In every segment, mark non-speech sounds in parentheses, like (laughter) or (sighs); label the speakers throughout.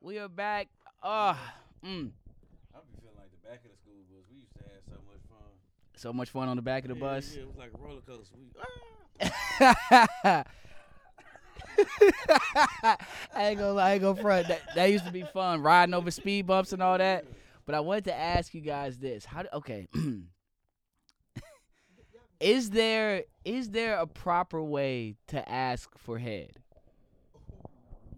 Speaker 1: We are back. Uh, mm,
Speaker 2: I be feeling like the back of the school bus. We used to have so much fun.
Speaker 1: so much fun on the back of the
Speaker 2: Yeah,
Speaker 1: bus.
Speaker 2: Yeah, it was like a roller coaster. We, ah!
Speaker 1: I ain't gonna lie, (laughs) I ain't gonna front. That, that used to be fun, riding over speed bumps and all that. But I wanted to ask you guys this: How? do- Okay, (clears throat) is there is there a proper way to ask for head?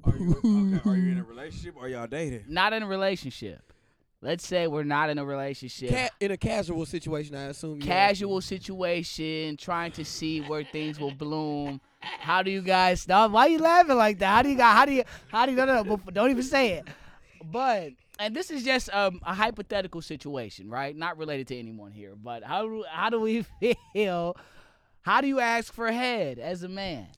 Speaker 2: Are you okay, (laughs) Are you in
Speaker 3: Mm-hmm.
Speaker 2: a relationship? Or y'all dating?
Speaker 1: Not in a relationship. Let's say we're not in a relationship.
Speaker 3: Ca- in a casual situation, I assume. you
Speaker 1: Casual situation, trying to see where things will bloom. How do you guys stop? Why you laughing like that? How do you guys? How do you? How do you? No, no, no, but don't even say it. But and this is just um, a hypothetical situation, right? Not related to anyone here. But how do how do we (laughs) feel? How do you ask for head as a man?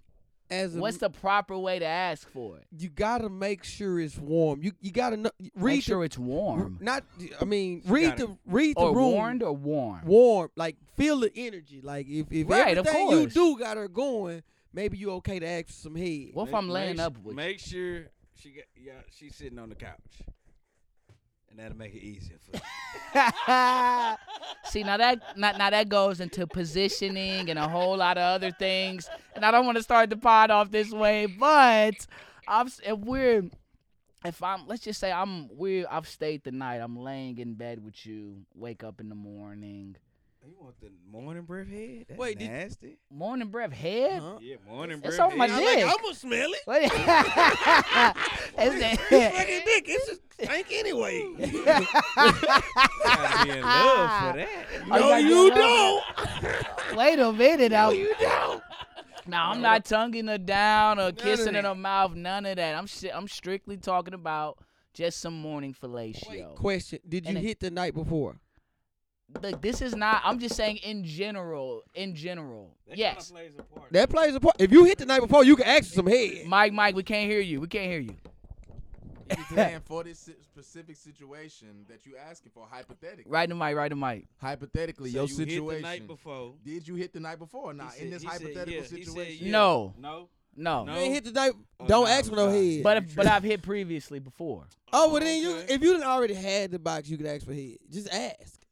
Speaker 3: As a,
Speaker 1: What's the proper way to ask for it?
Speaker 3: you gotta make sure it's warm. You you gotta know, read
Speaker 1: Make sure it's
Speaker 3: the,
Speaker 1: warm
Speaker 3: not. I mean, read
Speaker 2: gotta-
Speaker 3: the read the
Speaker 1: or
Speaker 3: room.
Speaker 1: warned or warm.
Speaker 3: warm, like feel the energy. Like if if
Speaker 1: Right, of
Speaker 3: everything you
Speaker 1: course.
Speaker 3: do got her going, maybe you okay to ask for some head.
Speaker 1: What if
Speaker 2: Make-
Speaker 1: I'm laying
Speaker 2: make,
Speaker 1: up with? you?
Speaker 2: Make sure she got yeah. She's sitting on the couch, and that'll make it easier for. you.
Speaker 1: (laughs) See now that now, now that goes into positioning and a whole lot of other things, and I don't want to start the pod off this way, but I'm s- if we're if I'm let's just say I'm we I've stayed the night. I'm laying in bed with you. Wake up in the morning.
Speaker 2: You want the morning breath head? That's
Speaker 3: Wait, did-
Speaker 2: nasty.
Speaker 1: Morning breath head.
Speaker 3: Huh?
Speaker 2: Yeah, morning breath.
Speaker 1: It's on my
Speaker 2: head.
Speaker 1: dick.
Speaker 3: I'm gonna smell it.
Speaker 1: What- (laughs) It's a-
Speaker 3: Fucking dick. It's just stank
Speaker 1: (laughs)
Speaker 3: anyway.
Speaker 2: You gotta be in love for that.
Speaker 1: Oh,
Speaker 3: no,
Speaker 1: you
Speaker 3: you
Speaker 1: got
Speaker 3: don't.
Speaker 1: (laughs) Wait a minute
Speaker 3: No,
Speaker 1: now.
Speaker 3: you don't.
Speaker 1: Now I'm not tonguing her down or
Speaker 2: of
Speaker 1: kissing in
Speaker 2: that.
Speaker 1: her mouth. None of that. I'm shi- I'm strictly talking about just some morning fellatio.
Speaker 3: Wait, question. Did you
Speaker 1: And it-
Speaker 3: hit the night before?
Speaker 1: Look, this is not. I'm just saying in general. In general,
Speaker 2: That
Speaker 1: yes.
Speaker 2: Kinda plays a part.
Speaker 3: That plays a part. If you hit the night before, you can ask for some head.
Speaker 1: Mike, Mike, we can't hear you. We can't hear you.
Speaker 4: It's (laughs) saying for this si- specific situation that you asking for, hypothetically.
Speaker 1: Right to Mike. Right to Mike.
Speaker 4: Hypothetically,
Speaker 2: So
Speaker 4: your
Speaker 2: you
Speaker 4: situation.
Speaker 2: Hit the night before.
Speaker 4: Did you hit the night before? Now,
Speaker 2: said-
Speaker 4: in this
Speaker 2: he said,
Speaker 4: hypothetical
Speaker 2: yeah, he said,
Speaker 4: situation,
Speaker 2: Yeah.
Speaker 1: No,
Speaker 2: No.
Speaker 1: no.
Speaker 2: No.
Speaker 3: You ain't hit the night.
Speaker 2: Oh,
Speaker 3: don't
Speaker 2: no,
Speaker 3: ask for no
Speaker 2: nah.
Speaker 3: head.
Speaker 1: But if, but I've hit previously before.
Speaker 3: oh, well then you
Speaker 2: Okay.
Speaker 3: if you done already had the box, you could ask for head. Just ask.
Speaker 2: (laughs)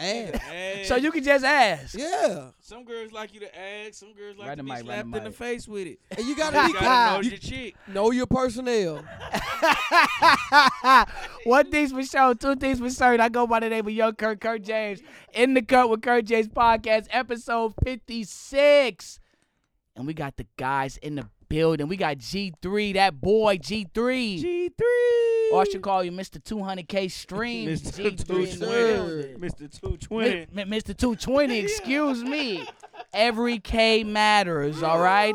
Speaker 3: Ask.
Speaker 2: Ask.
Speaker 1: So you can just ask.
Speaker 3: Yeah.
Speaker 2: Some girls like you to ask. Some girls like
Speaker 1: Right
Speaker 2: to
Speaker 1: in
Speaker 2: be
Speaker 1: my- right in
Speaker 2: slapped in
Speaker 1: my-
Speaker 2: the face with it.
Speaker 3: And you gotta
Speaker 2: You
Speaker 3: be
Speaker 2: gotta know
Speaker 3: kind.
Speaker 2: your
Speaker 3: You
Speaker 2: chick.
Speaker 3: know your personnel.
Speaker 1: (laughs) One thing's for sure, two things for certain. I go by the name of Young Kurt, Kurt James, in the cut with Kurt James podcast, episode 56. And we got the guys in the building. We got G3, that boy G3.
Speaker 2: G
Speaker 1: Or I
Speaker 2: three.
Speaker 1: should call you Mr. 200K Stream.
Speaker 2: Mr.
Speaker 1: G3 in the
Speaker 3: 220.
Speaker 1: building.
Speaker 2: Mr. Two
Speaker 1: Mi-
Speaker 2: Twenty.
Speaker 1: mi- Mr. 220, excuse me. Every K matters, all right?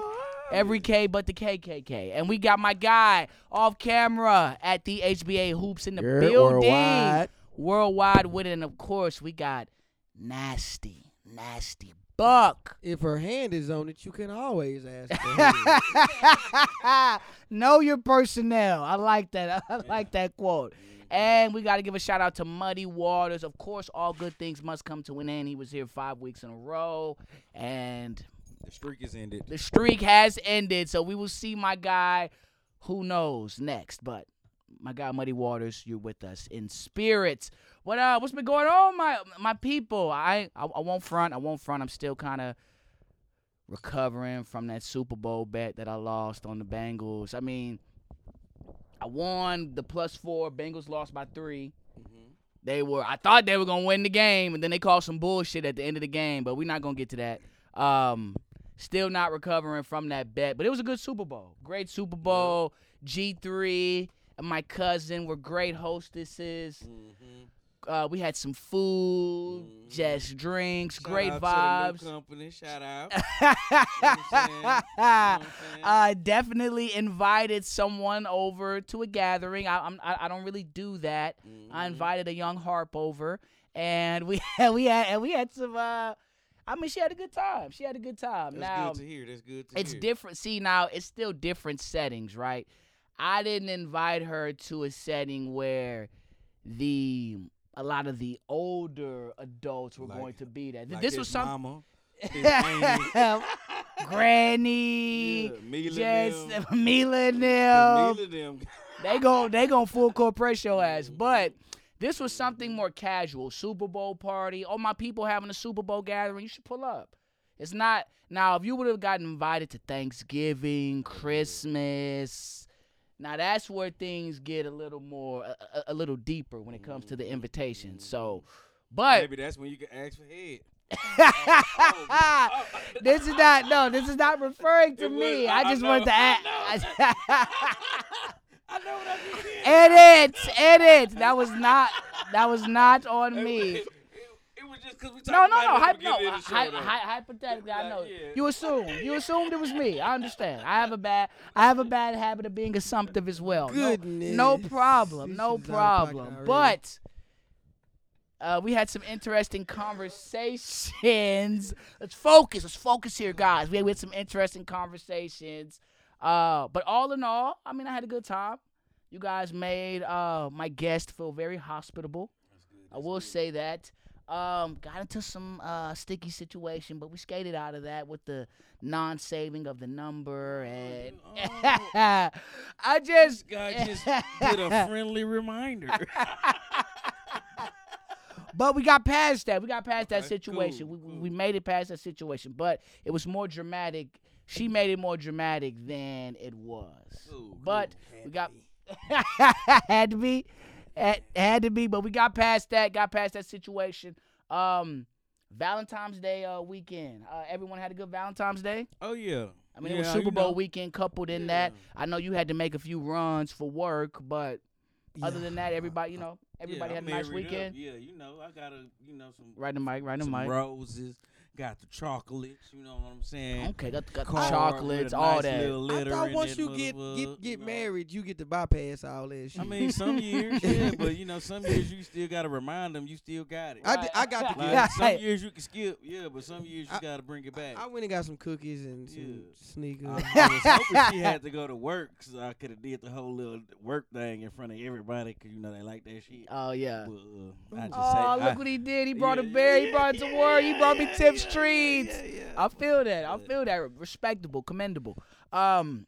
Speaker 1: Every K but the KKK. And we got my guy off camera at the HBA Hoops in the
Speaker 4: You're
Speaker 1: building.
Speaker 4: worldwide.
Speaker 1: Worldwide with it. And of course, we got Nasty, Nasty Buck.
Speaker 3: If her hand is on it, you can always ask
Speaker 2: (laughs)
Speaker 3: for head.
Speaker 1: (laughs) know your personnel. I like that. (laughs) I like that quote. And we got to give a shout out to Muddy Waters. Of course, all good things must come to an end. He was here five weeks in a row, and
Speaker 2: The streak is ended.
Speaker 1: the streak has ended. So we will see my guy, who knows next. But my guy Muddy Waters, you're with us in spirits. What uh, what's been going on, my my people? I I, I won't front. I won't front. I'm still kind of recovering from that Super Bowl bet that I lost on the Bengals. I mean, I won the plus four. Bengals lost by three. They were. I thought they were gonna win the game, and then they called some bullshit at the end of the game. But we're not gonna get to that. Um, still not recovering from that bet, but it was a good Super Bowl. Great Super Bowl. G three and my cousin were great hostesses.
Speaker 2: Mhm.
Speaker 1: Uh, we had some food, just drinks,
Speaker 2: Mm-hmm. Shout
Speaker 1: great
Speaker 2: out
Speaker 1: vibes.
Speaker 2: To the new company. Shout out.
Speaker 1: (laughs)
Speaker 2: You know what I'm
Speaker 1: uh, definitely invited someone over to a gathering. I, I'm, I I don't really do that.
Speaker 2: saying?
Speaker 1: I
Speaker 2: Mhm.
Speaker 1: invited a young harp over, and we (laughs) had we had and we had some. Uh, I mean, she had a good time. She had a good time.
Speaker 2: That's
Speaker 1: now
Speaker 2: good to hear. That's good to
Speaker 1: it's
Speaker 2: hear.
Speaker 1: different. See, now it's still different settings, right? I didn't invite her to a setting where the a lot of the older adults were
Speaker 2: Like-
Speaker 1: going to be there. Th-
Speaker 2: Like
Speaker 1: this was something. (laughs)
Speaker 2: Mama, his auntie,
Speaker 1: Granny,
Speaker 2: yeah, Mila
Speaker 1: just
Speaker 2: them,
Speaker 1: (laughs) Mila
Speaker 2: Mila
Speaker 1: Nil,
Speaker 2: them.
Speaker 1: they go they gon' full court press your ass. But this was something more casual. Super Bowl party. Oh my people having a Super Bowl gathering. You should pull up. It's not now if you would have gotten invited to Thanksgiving, Christmas. Now that's where things get a little more a, a, a little deeper when it comes to the invitation. So but
Speaker 2: Maybe that's when you can ask for head.
Speaker 1: (laughs) this is not no. This is not referring to
Speaker 2: Oh, It
Speaker 1: me.
Speaker 2: was-
Speaker 1: I
Speaker 2: I- I
Speaker 1: just wanted
Speaker 2: know,
Speaker 1: to
Speaker 2: I
Speaker 1: add. (laughs)
Speaker 2: I know what I just did.
Speaker 1: edit, edit. That was not. That was not on me.
Speaker 2: It, it was just because we talked
Speaker 1: No, no, no.
Speaker 2: about
Speaker 1: Hy-
Speaker 2: it
Speaker 1: no.
Speaker 2: at the beginning of the show,
Speaker 1: hy-
Speaker 2: though.
Speaker 1: hy- hypothetically, I know.
Speaker 2: Yeah.
Speaker 1: You assumed. You assumed it was me. I understand. I have a bad. I have a bad habit of being assumptive as well. No-
Speaker 3: Goodness.
Speaker 1: No problem.
Speaker 3: This
Speaker 1: No
Speaker 3: shit is out of pocket
Speaker 1: problem.
Speaker 3: already.
Speaker 1: But uh, we had some interesting conversations. Let's focus. Let's focus here, guys. We had, we had some interesting conversations. Uh, but all in all, I mean, I had a good time. You guys made uh, my guest feel very hospitable. I will say that. Um, got into some uh, sticky situation, but we skated out of that with the non-saving of the number, and (laughs) I just (laughs)
Speaker 2: This guy just did a friendly reminder.
Speaker 1: But we got past that. We got past that
Speaker 2: Okay,
Speaker 1: situation.
Speaker 2: cool,
Speaker 1: we,
Speaker 2: cool.
Speaker 1: we made it past that situation, but it was more dramatic. She made it more dramatic than it was.
Speaker 2: Cool, (laughs)
Speaker 1: but we got (laughs) had to be had, had to be, but we got past that. Got past that situation. Um, Valentine's Day uh, weekend. Uh, everyone had a good Valentine's Day.
Speaker 2: oh yeah.
Speaker 1: I mean, it
Speaker 2: yeah,
Speaker 1: was
Speaker 2: you
Speaker 1: Super Bowl
Speaker 2: know.
Speaker 1: weekend coupled in that.
Speaker 2: Yeah.
Speaker 1: I know you had to make a few runs for work, but (laughs) other
Speaker 3: Yeah.
Speaker 1: than that, everybody, you know, everybody
Speaker 2: Yeah,
Speaker 1: had a
Speaker 2: I'm
Speaker 1: nice
Speaker 2: married up.
Speaker 1: weekend.
Speaker 2: Yeah, you know, I got a you know some
Speaker 1: Right in the mic, right in the
Speaker 2: some
Speaker 1: mic.
Speaker 2: roses, got the chocolates. You know what I'm saying?
Speaker 1: Okay, got, got the
Speaker 2: Card
Speaker 1: chocolates,
Speaker 2: with a
Speaker 1: all
Speaker 2: nice
Speaker 1: that.
Speaker 2: little
Speaker 3: I
Speaker 2: letter
Speaker 3: thought
Speaker 2: in
Speaker 3: once
Speaker 2: that
Speaker 3: you get
Speaker 2: motherfucker,
Speaker 3: get get
Speaker 2: you know.
Speaker 3: married, you get to bypass all that shit.
Speaker 2: I mean, some years, yeah,
Speaker 3: (laughs)
Speaker 2: but you know, some years you still gotta remind them you still got it.
Speaker 3: I, did- I got the (laughs)
Speaker 2: Like,
Speaker 1: (laughs) Yeah.
Speaker 2: Some years you can skip, yeah, but some years you
Speaker 3: I-
Speaker 2: gotta bring it back.
Speaker 3: I went and got some cookies and some
Speaker 2: Yeah.
Speaker 3: sneakers.
Speaker 2: I, I was hoping she had to go to work, so I could have did the whole little work thing in front of everybody, cause you know they like that shit.
Speaker 1: (laughs) Oh yeah.
Speaker 2: But, uh, I just
Speaker 1: Oh,
Speaker 2: say,
Speaker 1: look
Speaker 2: I,
Speaker 1: what he did. He brought a
Speaker 2: Yeah,
Speaker 1: bear. he
Speaker 2: yeah,
Speaker 1: brought it to
Speaker 2: yeah,
Speaker 1: work. He brought me
Speaker 2: yeah,
Speaker 1: Tips
Speaker 2: yeah,
Speaker 1: treats.
Speaker 2: yeah, yeah.
Speaker 1: I feel that. I
Speaker 2: Yeah.
Speaker 1: feel that. Respectable, commendable. Um,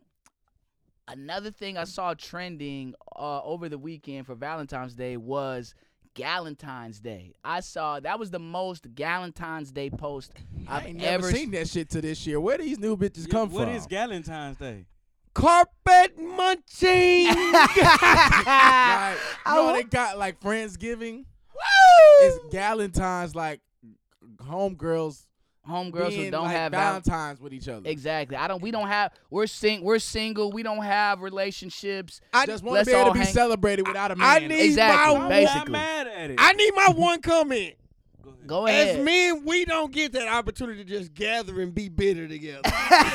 Speaker 1: another thing I saw trending uh, over the weekend for Valentine's Day was Galentine's Day. I saw that was the most Galentine's Day post
Speaker 4: I
Speaker 1: I've
Speaker 4: ain't
Speaker 1: ever
Speaker 4: never seen that shit to this year. Where these new bitches
Speaker 2: Yeah,
Speaker 4: come
Speaker 2: What
Speaker 4: from?
Speaker 2: is Galentine's Day?
Speaker 3: (laughs) Carpet munching.
Speaker 2: (laughs)
Speaker 4: like, you know,
Speaker 1: I
Speaker 4: they got like Friendsgiving. It's
Speaker 1: Woo!
Speaker 4: Galentine's, like homegirls
Speaker 1: Homegirls who
Speaker 4: being,
Speaker 1: don't
Speaker 4: like,
Speaker 1: have val-
Speaker 4: Valentine's with each other.
Speaker 1: Exactly. I don't. We don't have. We're sing. We're single. We don't have relationships.
Speaker 3: I,
Speaker 4: Just
Speaker 3: just,
Speaker 4: want to
Speaker 1: let's
Speaker 4: be able
Speaker 1: all
Speaker 4: to be
Speaker 1: hang-
Speaker 4: celebrated without a man.
Speaker 3: I need-
Speaker 1: Exactly.
Speaker 3: my-
Speaker 2: I'm not
Speaker 1: basically.
Speaker 2: mad at it.
Speaker 3: I need my one comment.
Speaker 2: go ahead.
Speaker 1: Go
Speaker 3: As
Speaker 1: ahead.
Speaker 3: men, we don't get that opportunity to just gather and be bitter together.
Speaker 2: no,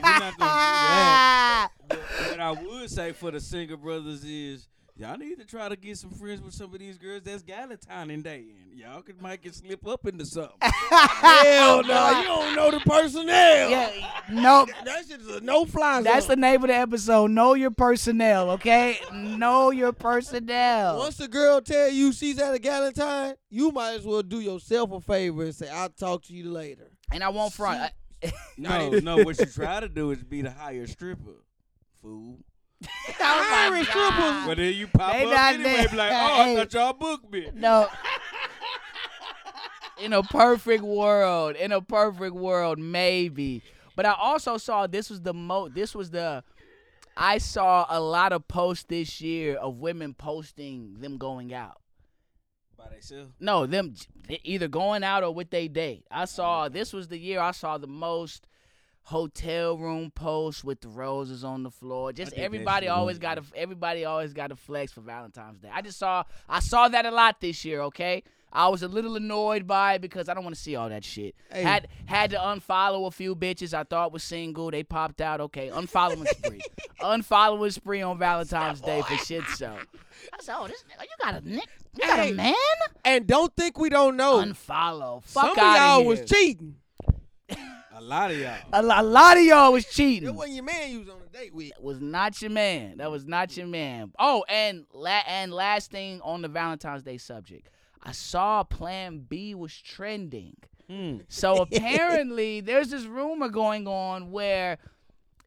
Speaker 2: we're not
Speaker 1: (laughs)
Speaker 2: gonna do that. But what I would say for the single brothers is y'all need to try to get some friends with some of these girls that's Galentine's Day and y'all could might can slip up into
Speaker 1: (laughs)
Speaker 2: something.
Speaker 3: Hell no, you don't know the personnel.
Speaker 1: yeah. No.
Speaker 3: That shit is a no fly zone.
Speaker 1: That's the name of the episode. Know your personnel, okay? Know your personnel.
Speaker 3: Once a girl tell you she's at a Galentine, you might as well do yourself a favor and say, "I'll talk to you later."
Speaker 1: And I won't front. I-
Speaker 2: no, no, what you try to do is be the higher stripper. Fool.
Speaker 1: (laughs) Oh my
Speaker 3: Irish
Speaker 1: God.
Speaker 2: But then you pop
Speaker 1: They
Speaker 2: up
Speaker 1: not
Speaker 2: anyway,
Speaker 1: there.
Speaker 2: be like, oh,
Speaker 1: Hey.
Speaker 2: I thought y'all booked me.
Speaker 1: (laughs) No. In a perfect world, in a perfect world, maybe. But I also saw this was the mo. This was the. I saw a lot of posts this year of women posting them going out.
Speaker 2: By themselves.
Speaker 1: No, them j- either going out or with they date. I saw this was the year I saw the most hotel room posts with the roses on the floor. Just
Speaker 2: think that
Speaker 1: everybody
Speaker 2: shit
Speaker 1: always
Speaker 2: was-
Speaker 1: got to everybody always got to flex for Valentine's Day. I just saw I saw that a lot this year. Okay, I was a little annoyed by it because I don't want to see all that shit.
Speaker 3: Hey.
Speaker 1: Had had to unfollow a few bitches I thought was single. They popped out. Okay, unfollowing (laughs) spree, unfollowing spree on Valentine's Day for shit. So I said, oh, this nigga, you got a nick, you got
Speaker 3: Hey.
Speaker 1: a man.
Speaker 3: And don't think we don't know.
Speaker 1: Unfollow.
Speaker 3: Some
Speaker 1: Fuck
Speaker 3: of
Speaker 1: out
Speaker 3: y'all
Speaker 1: Oh. of here.
Speaker 3: was cheating.
Speaker 2: A lot of y'all.
Speaker 1: a, lo- a lot of y'all was
Speaker 3: That
Speaker 1: cheating.
Speaker 3: wasn't your man you was on a date with.
Speaker 1: That was not your man. That was not your man. Oh, and la- and last thing on the Valentine's Day subject, I saw Plan B was trending.
Speaker 2: Hmm. (laughs)
Speaker 1: So apparently, there's this rumor going on where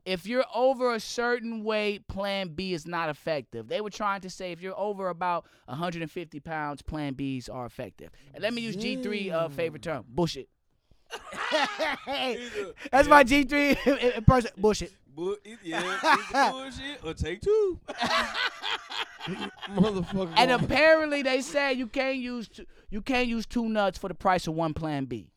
Speaker 1: if you're over a certain weight, Plan B is not effective. They were trying to say if you're over about 150 pounds, Plan B's are effective. And let me use G3 uh, favorite term, bullshit.
Speaker 2: Either-
Speaker 1: That's my (laughs) G3 in person, bullshit.
Speaker 2: Bu- it- (laughs) yeah, either bullshit or take two.
Speaker 3: Motherfucker.
Speaker 1: And (laughs)
Speaker 3: gonna-
Speaker 1: apparently they said you can't use two, you can't use two nuts for the price of one Plan B.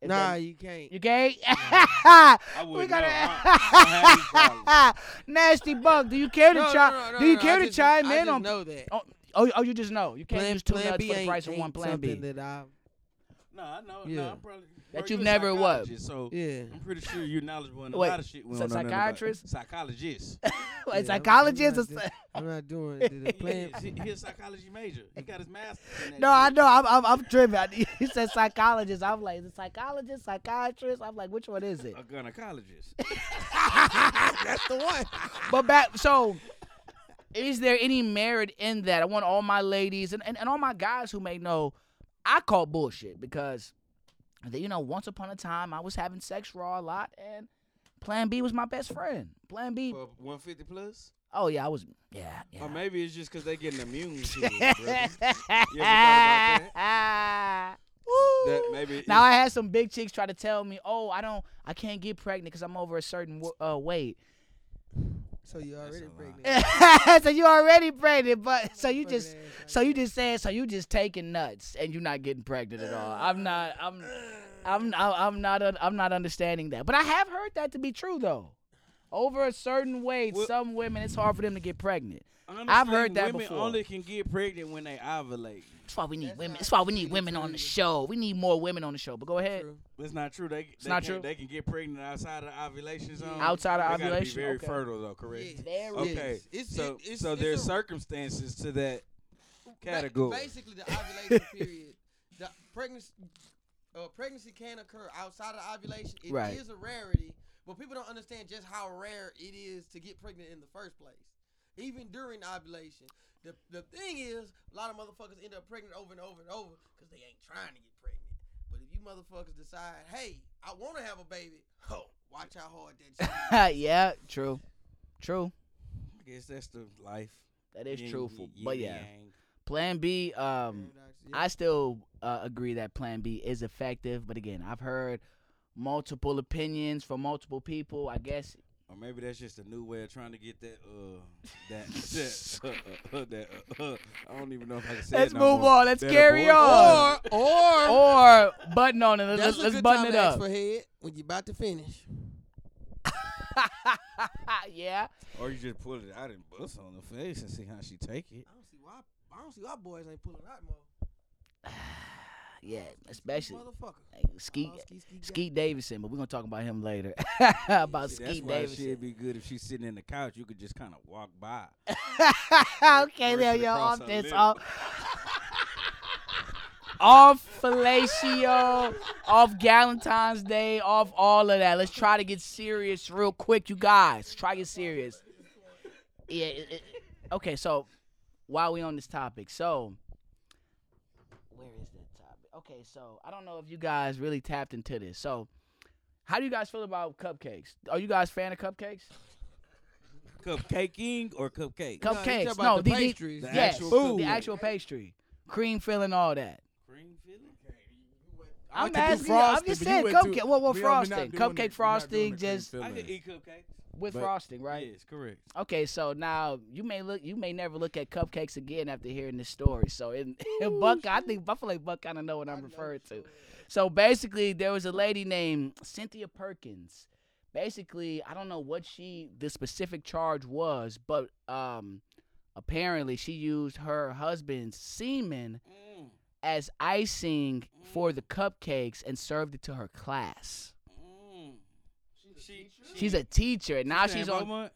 Speaker 1: If
Speaker 3: nah,
Speaker 1: that-
Speaker 3: you can't.
Speaker 1: you gay? (laughs)
Speaker 2: I
Speaker 1: we
Speaker 2: wouldn't know.
Speaker 1: (laughs)
Speaker 2: I- I don't
Speaker 1: gotta nasty bug. Do you care to
Speaker 3: No, no,
Speaker 1: chime?
Speaker 3: no, no,
Speaker 1: do you
Speaker 3: no,
Speaker 1: care
Speaker 3: I
Speaker 1: to
Speaker 3: just-
Speaker 1: chime
Speaker 3: I
Speaker 1: in
Speaker 3: just
Speaker 1: on?
Speaker 3: know that.
Speaker 1: Oh, oh, oh, you just know you can't
Speaker 3: Plan,
Speaker 1: use two
Speaker 3: plan
Speaker 1: nuts
Speaker 3: B
Speaker 1: for the
Speaker 3: ain't-
Speaker 1: price of
Speaker 3: ain't
Speaker 1: one Plan B.
Speaker 3: something That I,
Speaker 2: No, I know.
Speaker 3: Yeah.
Speaker 2: No, I'm probably
Speaker 1: That
Speaker 2: bro,
Speaker 1: you've
Speaker 2: a
Speaker 1: never what?
Speaker 2: psychologist, So
Speaker 3: yeah.
Speaker 2: I'm pretty sure you're knowledgeable in a
Speaker 1: Wait,
Speaker 2: lot of shit. We
Speaker 1: so
Speaker 2: don't know nothing about.
Speaker 1: psychiatrist? (laughs)
Speaker 2: Psychologist.
Speaker 1: (laughs) a
Speaker 3: Yeah, I'm- I'm
Speaker 1: psychologist? or
Speaker 3: not,
Speaker 1: s-
Speaker 3: do- I'm not doing it. The plan.
Speaker 2: He- he- He's a psychology major. He got his master's. in
Speaker 1: (laughs)
Speaker 2: that
Speaker 1: no, I
Speaker 2: shit.
Speaker 1: know. I'm I'm, I'm tripping. (laughs) I- He said psychologist. I'm like, is it psychologist, psychiatrist? I'm like, which one is it?
Speaker 2: A gynecologist.
Speaker 1: (laughs)
Speaker 3: That's the one.
Speaker 1: But back so is there any merit in that? I want all my ladies and, and, and all my guys who may know I call bullshit because you know, once upon a time I was having sex raw a lot and Plan B was my best friend. Plan B
Speaker 2: For 150 plus?
Speaker 1: Oh yeah, I was yeah,
Speaker 2: Or
Speaker 1: (laughs) yeah.
Speaker 2: maybe it's just because they getting immune to it.
Speaker 1: (laughs)
Speaker 2: bro. You ever thought about that? That maybe
Speaker 1: Now I had some big chicks try to tell me, "Oh, I don't, I can't get pregnant because I'm over a certain wo- uh, weight." (laughs)
Speaker 3: So you already
Speaker 2: a lie.
Speaker 3: pregnant.
Speaker 1: so you already pregnant, but so you
Speaker 3: Fucking
Speaker 1: just,
Speaker 3: ass.
Speaker 1: so you just saying, so you just taking nuts and you're not getting pregnant at all. I'm not, I'm, I'm, I'm not, un- I'm not understanding that. But I have heard that to be true though. Over a certain weight,
Speaker 2: Well-
Speaker 1: some women it's hard for them to get pregnant.
Speaker 2: Honestly,
Speaker 1: I've heard that
Speaker 2: women
Speaker 1: before.
Speaker 2: only can get pregnant when they ovulate.
Speaker 1: That's why we need women. That's why we need women on the show. We need more women on the show. But go ahead.
Speaker 3: True.
Speaker 2: That's not true. They, they
Speaker 1: not
Speaker 2: can,
Speaker 1: true?
Speaker 2: They can get pregnant outside of the ovulation zone.
Speaker 1: Outside of
Speaker 2: They gotta
Speaker 1: ovulation?
Speaker 2: be very
Speaker 1: Okay.
Speaker 2: fertile though. Correct.
Speaker 1: There it
Speaker 2: Okay.
Speaker 3: is. It's-
Speaker 2: so
Speaker 3: it- it's-
Speaker 2: so
Speaker 3: it's
Speaker 2: there's
Speaker 3: a-
Speaker 2: circumstances to that.
Speaker 3: Ba-
Speaker 2: category.
Speaker 3: Basically, the
Speaker 2: (laughs)
Speaker 3: ovulation period, the pregnancy, uh, pregnancy can occur outside of ovulation. It is
Speaker 1: Right.
Speaker 3: a rarity, but people don't understand just how rare it is to get pregnant in the first place, even during ovulation. The, the thing is, a lot of motherfuckers end up pregnant over and over and over because they ain't trying to get pregnant. But if you motherfuckers decide, hey, I want to have a baby, oh, watch how hard that shit. is.
Speaker 1: (laughs) yeah, true, true.
Speaker 2: I guess that's the life.
Speaker 1: That is
Speaker 2: Yin,
Speaker 1: truthful.
Speaker 2: yin,
Speaker 1: But yeah,
Speaker 2: yang.
Speaker 1: Plan B. Um, I still uh, agree that Plan B is effective, but again, I've heard multiple opinions from multiple people. I guess
Speaker 2: Or maybe that's just a new way of trying to get that uh
Speaker 1: (laughs)
Speaker 2: that (laughs) that, uh, uh, uh, that uh, uh, I don't even know if I can say.
Speaker 1: Let's
Speaker 2: it no
Speaker 1: move
Speaker 2: more.
Speaker 1: on. Let's
Speaker 2: That
Speaker 1: carry
Speaker 2: abortion-
Speaker 1: on.
Speaker 3: or or
Speaker 1: or button on it.
Speaker 3: That's
Speaker 1: Let's,
Speaker 3: a
Speaker 1: let's
Speaker 3: good
Speaker 1: button
Speaker 3: time
Speaker 1: it
Speaker 3: to ask
Speaker 1: up.
Speaker 3: for head when you about to finish.
Speaker 1: (laughs) yeah,
Speaker 2: Or you just pull it out and bust on the face and see how she take it.
Speaker 3: I don't see why. I don't see why boys ain't pulling out more.
Speaker 1: yeah, especially
Speaker 3: motherfucker.
Speaker 1: like, Skeet
Speaker 3: Oh, Skeet, Skeet,
Speaker 1: Skeet Davidson. But we're gonna talk about him later (laughs) about
Speaker 2: See,
Speaker 1: Skeet
Speaker 2: That's why
Speaker 1: Davidson.
Speaker 2: she'd be good if she's sitting in the couch. You could just kind of walk by.
Speaker 1: (laughs) okay,
Speaker 2: Brush
Speaker 1: there
Speaker 2: it
Speaker 1: you're off
Speaker 2: across her
Speaker 1: this
Speaker 2: lip.
Speaker 1: off. (laughs) off fellatio, off Galentine's Day, off all of that. Let's try to get serious real quick, you guys. Try to get serious. Yeah. it- it- okay, so while we on this topic, so where is that topic? Okay, so I don't know if you guys really tapped into this. So how do you guys feel about cupcakes? Are you guys fan of cupcakes?
Speaker 2: Cupcaking or cupcake?
Speaker 1: Cup-
Speaker 3: Skeet.
Speaker 1: cupcakes.
Speaker 3: you talking
Speaker 1: No,
Speaker 3: about
Speaker 1: the-
Speaker 3: the
Speaker 1: the-
Speaker 3: pastries.
Speaker 2: the
Speaker 1: yes,
Speaker 2: actual
Speaker 1: the
Speaker 2: food.
Speaker 1: actual pastry, cream filling, all that.
Speaker 2: Cream filling?
Speaker 1: I'm
Speaker 4: can do
Speaker 1: asking. you, I'm
Speaker 4: frosting,
Speaker 1: just
Speaker 4: but you
Speaker 1: saying
Speaker 4: went too-
Speaker 1: cupcake. Well, well,
Speaker 4: we don't- we're not
Speaker 1: frosting,
Speaker 4: doing the- we're
Speaker 1: cupcake
Speaker 4: not doing
Speaker 1: frosting,
Speaker 4: the cream
Speaker 1: just
Speaker 2: I
Speaker 4: filling.
Speaker 2: can eat cupcakes.
Speaker 1: with
Speaker 4: but-
Speaker 1: frosting, right?
Speaker 2: Yes, correct.
Speaker 1: Okay, so now you may look, you may never look at cupcakes again after hearing this story. So in, (laughs) in Buck, I think Buffalo Buck kind of know what I'm referring to. So basically, there was a lady named Cynthia Perkins. Basically, I don't know what she the specific charge was, but um, apparently she used her husband's semen
Speaker 2: Mm,
Speaker 1: as icing for the cupcakes and served it to her class.
Speaker 2: mm. She, she,
Speaker 1: She's a teacher. and Now she's
Speaker 2: Sam
Speaker 1: on.
Speaker 2: Beaumont?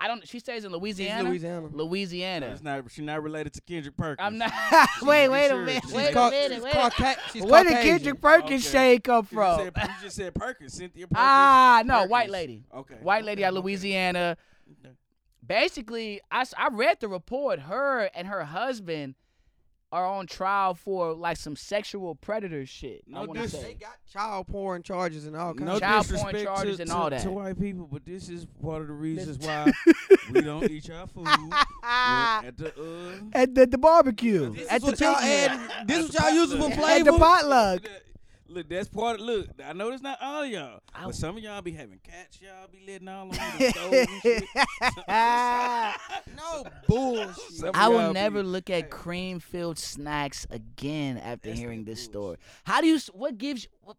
Speaker 1: I don't. She stays in
Speaker 3: Louisiana.
Speaker 1: Louisiana.
Speaker 3: Louisiana.
Speaker 1: Louisiana.
Speaker 2: It's not. She's not related to Kendrick Perkins.
Speaker 1: I'm not. (laughs)
Speaker 2: She's
Speaker 1: wait,
Speaker 2: a
Speaker 1: wait a
Speaker 2: teacher.
Speaker 1: minute.
Speaker 2: She's
Speaker 1: Wait a
Speaker 2: Cauc-
Speaker 1: minute. Wait. a-
Speaker 3: Cauca- she's
Speaker 1: Where did
Speaker 3: Caucasian.
Speaker 1: Kendrick Perkins
Speaker 2: Okay.
Speaker 1: shade come
Speaker 2: You just
Speaker 1: from?
Speaker 2: said- you just said Perkins, Cynthia Perkins.
Speaker 1: ah, no, white
Speaker 2: Perkins.
Speaker 1: lady.
Speaker 2: Okay.
Speaker 1: White lady
Speaker 2: okay,
Speaker 1: out of
Speaker 2: okay.
Speaker 1: Louisiana.
Speaker 2: Okay.
Speaker 1: Basically, I, s- I read the report. Her and her husband are on trial for like some sexual predator shit.
Speaker 2: No
Speaker 1: I want to
Speaker 2: dis-
Speaker 1: say.
Speaker 3: They got child porn charges and all kinds.
Speaker 2: No
Speaker 3: of
Speaker 1: Child porn
Speaker 2: disrespect
Speaker 1: charges
Speaker 2: to,
Speaker 1: and
Speaker 2: to-
Speaker 1: all that.
Speaker 2: to white people, but this is part of
Speaker 1: (laughs)
Speaker 2: the reasons why we don't eat y'all food when-
Speaker 3: Ah.
Speaker 2: at the uh,
Speaker 5: At the, the barbecue.
Speaker 2: This
Speaker 3: This
Speaker 1: At
Speaker 3: is
Speaker 1: the
Speaker 3: what y'all
Speaker 1: picnic.
Speaker 3: add. This
Speaker 2: At
Speaker 3: is
Speaker 2: the
Speaker 3: what y'all using for
Speaker 2: potluck.
Speaker 5: At the
Speaker 3: flavor.
Speaker 5: potluck.
Speaker 2: That- Look, that's part. Look, I know it's not all y'all,
Speaker 1: I-
Speaker 2: but some of y'all be having cats. Y'all be letting all
Speaker 1: (laughs)
Speaker 2: on the stove and shit.
Speaker 1: Ah.
Speaker 2: Some-
Speaker 3: (laughs) No bullshit.
Speaker 2: some
Speaker 1: I
Speaker 2: of
Speaker 1: will
Speaker 2: y'all
Speaker 1: never
Speaker 2: be-
Speaker 1: look
Speaker 2: (laughs)
Speaker 1: at cream filled snacks again after
Speaker 2: That's that
Speaker 1: hearing this
Speaker 2: bullshit.
Speaker 1: story. How do you? s- What gives? you- What,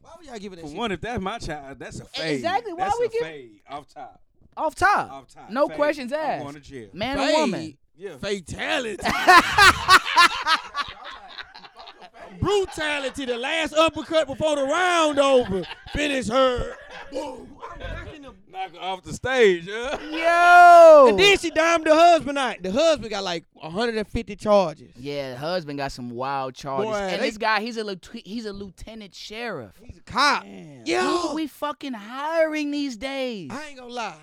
Speaker 3: Why would y'all giving that
Speaker 2: For
Speaker 3: shit?
Speaker 2: one, if that's my child, that's a fade.
Speaker 1: Exactly, why
Speaker 2: that's
Speaker 1: we
Speaker 2: a
Speaker 1: give-
Speaker 2: fade off top.
Speaker 1: off top,
Speaker 2: Off top.
Speaker 1: no
Speaker 2: fade.
Speaker 1: questions
Speaker 2: I'm
Speaker 1: asked.
Speaker 2: going to jail.
Speaker 1: Man
Speaker 3: Fade. (laughs)
Speaker 1: or woman?
Speaker 2: Yeah.
Speaker 3: Fatality. Brutality. The last uppercut before the round over. Finish her. Boom.
Speaker 2: (laughs) Knock her off the stage. Yeah.
Speaker 1: Yo.
Speaker 3: And then she dimed the husband out. The husband got like 150 charges.
Speaker 1: Yeah, the husband got some wild charges,
Speaker 3: Boy,
Speaker 1: and
Speaker 3: they-
Speaker 1: this guy he's a lieut- he's a lieutenant sheriff.
Speaker 3: He's a cop.
Speaker 1: Who
Speaker 3: (gasps) Yeah.
Speaker 1: are we fucking hiring these days?
Speaker 3: I ain't gonna lie.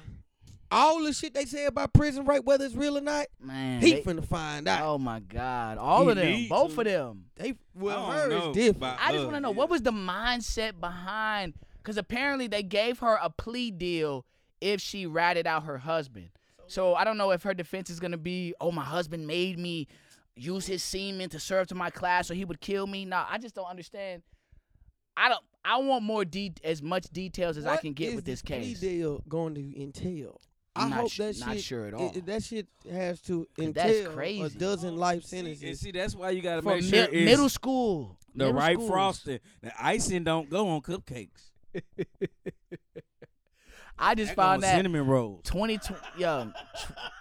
Speaker 3: All the shit they say about prison rape, whether it's real or not,
Speaker 1: Man,
Speaker 3: he
Speaker 1: they-
Speaker 3: finna find out.
Speaker 1: oh my God, all
Speaker 2: He
Speaker 1: of them,
Speaker 2: needs
Speaker 1: both
Speaker 2: to.
Speaker 1: of them.
Speaker 3: They
Speaker 2: I
Speaker 3: well,
Speaker 2: don't
Speaker 3: her
Speaker 2: know
Speaker 3: is different.
Speaker 2: about
Speaker 1: I just
Speaker 2: us,
Speaker 1: want to know
Speaker 2: yeah.
Speaker 1: what was the mindset behind? Because apparently they gave her a plea deal if she ratted out her husband. So I don't know if her defense is gonna be, "Oh, my husband made me use his semen to serve to my class, or he would kill me." Nah, I just don't understand. I don't. I want more de- as much details as I
Speaker 3: What
Speaker 1: can get
Speaker 3: is
Speaker 1: with this
Speaker 3: the plea
Speaker 1: case.
Speaker 3: deal going to entail? I
Speaker 1: I'm not
Speaker 3: hope
Speaker 1: sh-
Speaker 3: that
Speaker 1: not
Speaker 3: shit,
Speaker 1: sure at
Speaker 3: i-
Speaker 1: all.
Speaker 3: that shit has to
Speaker 1: That's
Speaker 3: entail a
Speaker 1: crazy.
Speaker 3: dozen life
Speaker 2: See, and
Speaker 3: sentences.
Speaker 2: see, that's why you gotta
Speaker 1: For
Speaker 2: make sure
Speaker 1: mid-
Speaker 2: it's
Speaker 1: middle school,
Speaker 2: the
Speaker 1: middle
Speaker 2: right
Speaker 1: schools.
Speaker 2: frosting. The icing don't go on cupcakes.
Speaker 1: I just
Speaker 2: That go on
Speaker 1: found that
Speaker 2: cinnamon rolls.
Speaker 1: 2020, yo,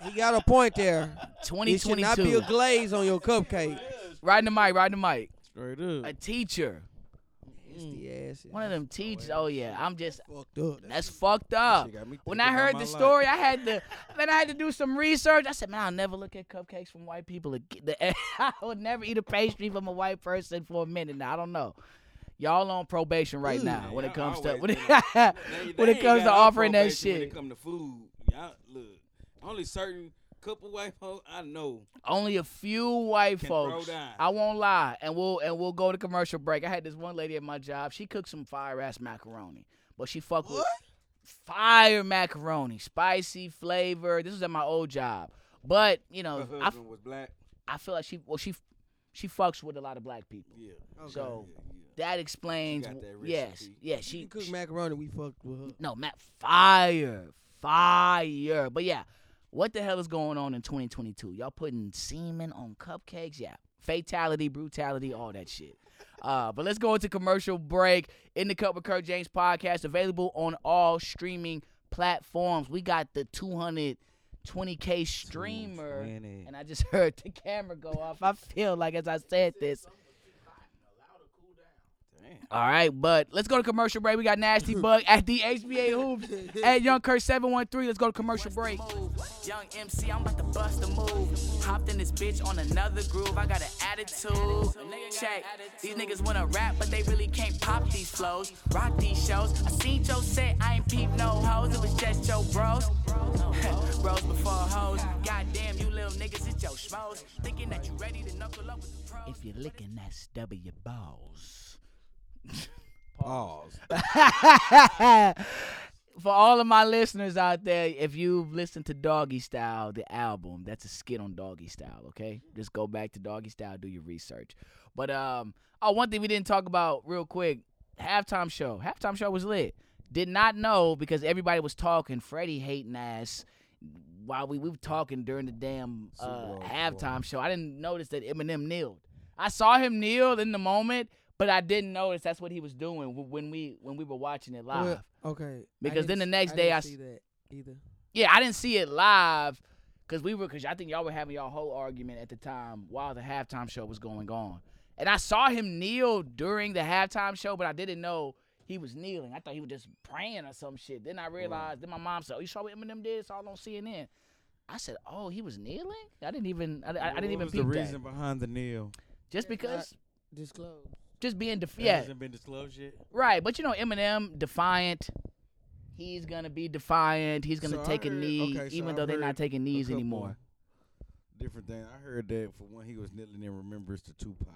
Speaker 3: He got a point
Speaker 1: (laughs)
Speaker 3: there. It should not be a
Speaker 1: 2022.
Speaker 3: glaze on your
Speaker 1: Mm.
Speaker 3: cupcake.
Speaker 1: Riding the mic, riding the mic.
Speaker 2: Straight up.
Speaker 1: A teacher.
Speaker 3: Nasty ass.
Speaker 1: One of them teachers. Oh yeah, I'm just
Speaker 3: fucked up.
Speaker 1: that's fucked up.
Speaker 2: shit got me
Speaker 1: When
Speaker 2: thinking
Speaker 1: I
Speaker 2: about
Speaker 1: heard
Speaker 2: my
Speaker 1: the
Speaker 2: life.
Speaker 1: story, I had to man, I had to do some research. I said, man, I'll never look at cupcakes from white people again. (laughs) The- I would never eat a pastry from a white person for a minute. Now I don't know. Y'all on probation right
Speaker 2: Ooh,
Speaker 1: now
Speaker 2: man,
Speaker 1: when it
Speaker 2: y'all
Speaker 1: comes to (laughs)
Speaker 2: always
Speaker 1: when
Speaker 2: been
Speaker 1: it,
Speaker 2: They-
Speaker 1: when
Speaker 2: they
Speaker 1: it
Speaker 2: ain't
Speaker 1: comes to
Speaker 2: got no
Speaker 1: offering that
Speaker 2: probation When
Speaker 1: shit.
Speaker 2: it come to food, y'all look. Only certain couple white folks I know.
Speaker 1: Only a few white
Speaker 2: Can throw
Speaker 1: folks.
Speaker 2: down.
Speaker 1: I won't lie, and we'll and we'll go to commercial break. I had this one lady at my job. She cooked some fire ass macaroni, but she fucked with
Speaker 3: What?
Speaker 1: fire macaroni, spicy flavor. This was at my old job, but you
Speaker 2: Her
Speaker 1: know, Oh, I,
Speaker 2: husband was black.
Speaker 1: I feel like she well she she fucks with a lot of black people.
Speaker 2: Yeah.
Speaker 1: So
Speaker 2: yeah,
Speaker 1: that explains.
Speaker 2: got that
Speaker 1: yes,
Speaker 2: recipe.
Speaker 1: yeah,
Speaker 3: She
Speaker 1: she,
Speaker 3: cooked
Speaker 1: she-
Speaker 3: macaroni. We fucked with her.
Speaker 1: Mm, no Matt fire fire. But yeah, what the hell is going on in 2022? Y'all putting semen on cupcakes? Yeah, fatality, brutality, all that shit. Uh, but let's go into commercial break. In the Cup with Kurt James podcast, available on all streaming platforms. We got the 220k streamer,
Speaker 2: 220.
Speaker 1: and I just (laughs) heard the camera go off. I feel like as I said this. (laughs) All right, but let's go to commercial break. We got Nasty Bug at the HBA Hoops at Young Kurt 713. Let's go to commercial break. Young MC, I'm about to bust a move. Hopped in this bitch on another groove. I got an attitude. Check. These niggas wanna rap, but they really can't pop these flows. Rock these shows. I seen your set, I ain't peep no hoes. It was just your bros. (laughs) bros before hoes. Goddamn, you little niggas, it's your schmoes. Thinking that you ready to knuckle up with the pros. If you're licking that stub of your balls.
Speaker 2: Pause.
Speaker 1: For all of my listeners out there, if you've listened to Doggy Style, the album, that's a skit on Doggy Style, okay? Just go back to Doggy Style, do your research. But um oh one thing we didn't talk about real quick, halftime show. Halftime show was lit. Did not know because everybody was talking, Freddie hating ass while we, we were talking during the damn uh, halftime show. I didn't notice that Eminem kneeled. I saw him kneel in the moment, but I didn't notice that's what he was doing wh- when we when we were watching it live.
Speaker 3: Well, okay. I
Speaker 1: Because then
Speaker 3: didn't
Speaker 1: the
Speaker 3: s-
Speaker 1: next day
Speaker 3: didn't
Speaker 1: I s-
Speaker 3: see that either.
Speaker 1: Yeah, I didn't see it live because we were because I think y'all were having y'all whole argument at the time while the halftime show was going on, and I saw him kneel during the halftime show, but I didn't know he was kneeling. I thought he was just praying or some shit. Then I realized. Then my mom said, "Oh, you saw what Eminem did? It's all on CNN." I said, "Oh, he was kneeling? I didn't even I, I- I didn't
Speaker 2: what
Speaker 1: even
Speaker 2: was the
Speaker 1: peep that.
Speaker 2: reason behind the kneel?
Speaker 1: Just because."
Speaker 3: Disclose.
Speaker 1: Just being def-
Speaker 2: That
Speaker 1: yeah,
Speaker 2: hasn't been disclosed yet.
Speaker 1: Right, but you know Eminem defiant. He's gonna be defiant. He's gonna
Speaker 2: So I
Speaker 1: take a
Speaker 2: heard-
Speaker 1: knee,
Speaker 2: okay, so
Speaker 1: even
Speaker 2: I
Speaker 1: though they're
Speaker 2: heard
Speaker 1: not taking
Speaker 2: a
Speaker 1: knees
Speaker 2: couple
Speaker 1: anymore.
Speaker 2: Different thing. I heard that for when he was kneeling in remembrance to Tupac.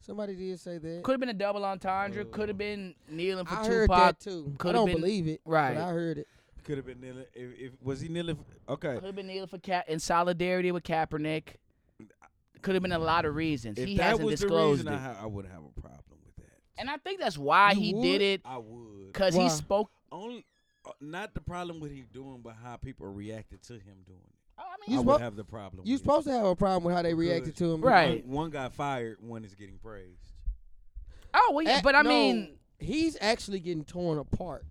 Speaker 5: Somebody did say that.
Speaker 1: Could have been a double entendre.
Speaker 2: Mm.
Speaker 1: Could have been kneeling for
Speaker 5: I
Speaker 1: Tupac.
Speaker 5: heard that too. I
Speaker 1: could've
Speaker 5: don't
Speaker 1: been-
Speaker 5: believe it.
Speaker 1: right.
Speaker 5: But I heard it.
Speaker 2: Could have been kneeling. If, if was he kneeling? f- Okay.
Speaker 1: Could have been kneeling for Ka- in solidarity with Kaepernick. Could have been a lot of reasons.
Speaker 2: If
Speaker 1: he
Speaker 2: that
Speaker 1: hasn't
Speaker 2: was the
Speaker 1: disclosed
Speaker 2: reason, I,
Speaker 1: it,
Speaker 2: ha- I would have a problem with that.
Speaker 1: and I think that's why
Speaker 5: You
Speaker 1: he
Speaker 5: would?
Speaker 1: did it
Speaker 2: I would.
Speaker 1: because
Speaker 5: Why?
Speaker 1: he spoke.
Speaker 2: Only uh, not the problem with him doing, but how people reacted to him doing it.
Speaker 1: oh, I mean,
Speaker 5: You
Speaker 1: it's-
Speaker 2: I
Speaker 5: suppo-
Speaker 2: would have the problem.
Speaker 5: You
Speaker 2: with it.
Speaker 5: supposed to have a problem with how they reacted to him,
Speaker 1: Right.
Speaker 2: One, one got fired. One is getting praised.
Speaker 1: oh, well, yeah,
Speaker 5: Eh,
Speaker 1: but I
Speaker 5: no,
Speaker 1: mean,
Speaker 5: he's actually getting torn apart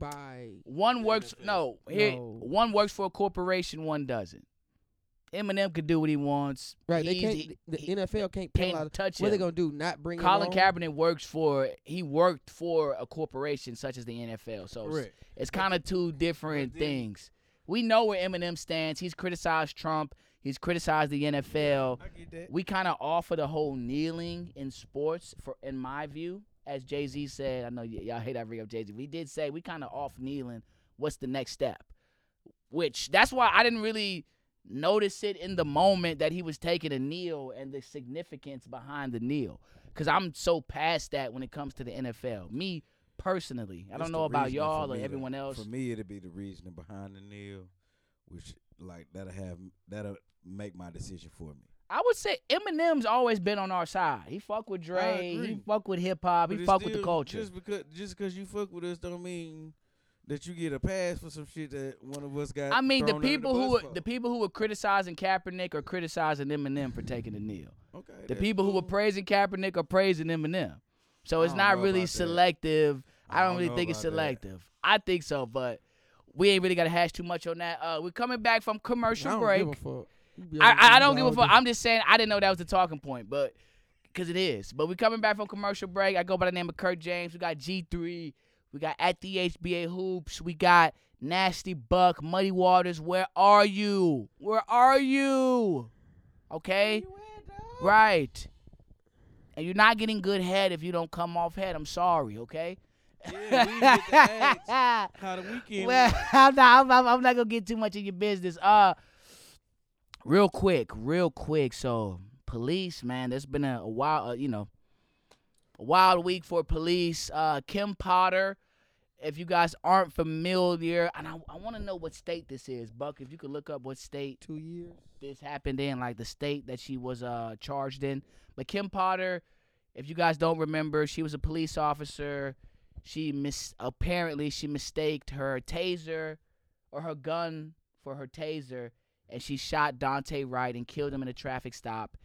Speaker 5: by.
Speaker 1: One works no, here,
Speaker 5: No.
Speaker 1: One works for a corporation. One doesn't. Eminem could do what he wants.
Speaker 5: Right, they
Speaker 1: He's-
Speaker 5: can't.
Speaker 1: he-
Speaker 5: the
Speaker 1: he
Speaker 5: NFL can't
Speaker 1: can't
Speaker 5: penalize.
Speaker 1: touch
Speaker 5: What are they
Speaker 1: him.
Speaker 5: gonna do? Not bring
Speaker 1: Colin
Speaker 5: him on?
Speaker 1: Kaepernick works for. He worked for a corporation such as the NFL. So it's-
Speaker 2: Correct.
Speaker 1: it's, kind of two different
Speaker 2: But then-
Speaker 1: things. We know where Eminem stands. He's criticized Trump. He's criticized the NFL.
Speaker 2: I get that.
Speaker 1: We kind of offer the whole kneeling in sports for, in my view, as Jay Z said. I know y- y'all hate I bring up Jay Z. We did say we kind of off kneeling. What's the next step? Which that's why I didn't really notice it in the moment that he was taking a kneel and the significance behind the kneel. Cause I'm so past that when it comes to the NFL. Me personally, I
Speaker 2: It's
Speaker 1: don't
Speaker 2: the
Speaker 1: know about
Speaker 2: reasoning for
Speaker 1: y'all or
Speaker 2: me to-
Speaker 1: everyone else.
Speaker 2: For me, it'd be the reasoning behind the kneel, which like that'll have that'll make my decision for me.
Speaker 1: I would say Eminem's always been on our side. He fuck with Dre. He
Speaker 2: agree.
Speaker 1: fuck with hip hop. He
Speaker 2: it's
Speaker 1: fuck with the
Speaker 2: still-
Speaker 1: culture.
Speaker 2: Just because just because you fuck with us don't mean that you get a pass for some shit that one of us got.
Speaker 1: I mean, the
Speaker 2: thrown under
Speaker 1: people
Speaker 2: bus
Speaker 1: who were,
Speaker 2: for.
Speaker 1: the people who were criticizing Kaepernick are criticizing Eminem for taking the kneel.
Speaker 2: okay,
Speaker 1: The
Speaker 2: that's
Speaker 1: people who were
Speaker 2: cool.
Speaker 1: praising Kaepernick are praising Eminem. So
Speaker 2: I
Speaker 1: it's
Speaker 2: don't
Speaker 1: not
Speaker 2: know
Speaker 1: really
Speaker 2: about that.
Speaker 1: selective. I
Speaker 2: I
Speaker 1: don't
Speaker 2: don't
Speaker 1: really
Speaker 2: know
Speaker 1: think it's
Speaker 2: about that.
Speaker 1: selective. I think so, but we ain't really got to hash too much on that. Uh, we're coming back from
Speaker 5: I
Speaker 1: commercial
Speaker 5: don't
Speaker 1: break.
Speaker 5: give a fuck. You be
Speaker 1: I,
Speaker 5: able to
Speaker 1: I, I
Speaker 5: do
Speaker 1: don't give a
Speaker 5: all
Speaker 1: fuck.
Speaker 5: this.
Speaker 1: I'm just saying I didn't know that was the talking point, but because it is. But we coming back from commercial break. I go by the name of Kurt James. We got G3. We got at the HBA hoops. We got Nasty Buck, Muddy Waters. Where are you? Where are you? Okay, right. And you're not getting good head if you don't come off head. I'm sorry. Okay.
Speaker 2: Yeah, we get to ask
Speaker 1: (laughs)
Speaker 2: how the weekend.
Speaker 1: Well, (laughs) I'm not, I'm, I'm- I'm not gonna get too much in your business. Uh, real quick, real quick. So, police, man, there's been a, a wild, uh, you know, a wild week for police. Uh, Kim Potter. If you guys aren't familiar, and I, I want to know what state this is, Buck. If you could look up what state
Speaker 5: two years.
Speaker 1: this happened in, like the state that she was uh, charged in. But Kim Potter, if you guys don't remember, she was a police officer. She mis apparently she mistaked her taser or her gun for her taser, and she shot Dante Wright and killed him in a traffic stop.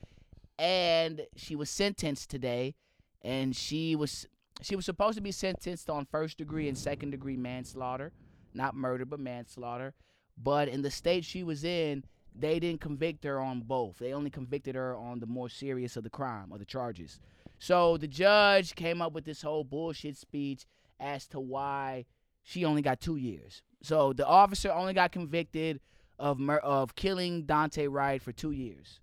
Speaker 1: And she was sentenced today, and she was she was supposed to be sentenced on first degree and second degree manslaughter, not murder but manslaughter. But in the state she was in, they didn't convict her on both. They only convicted her on the more serious of the crime or the charges. So the judge came up with this whole bullshit speech as to why she only got two years. So the officer only got convicted of mur- of killing Dante Wright for two years.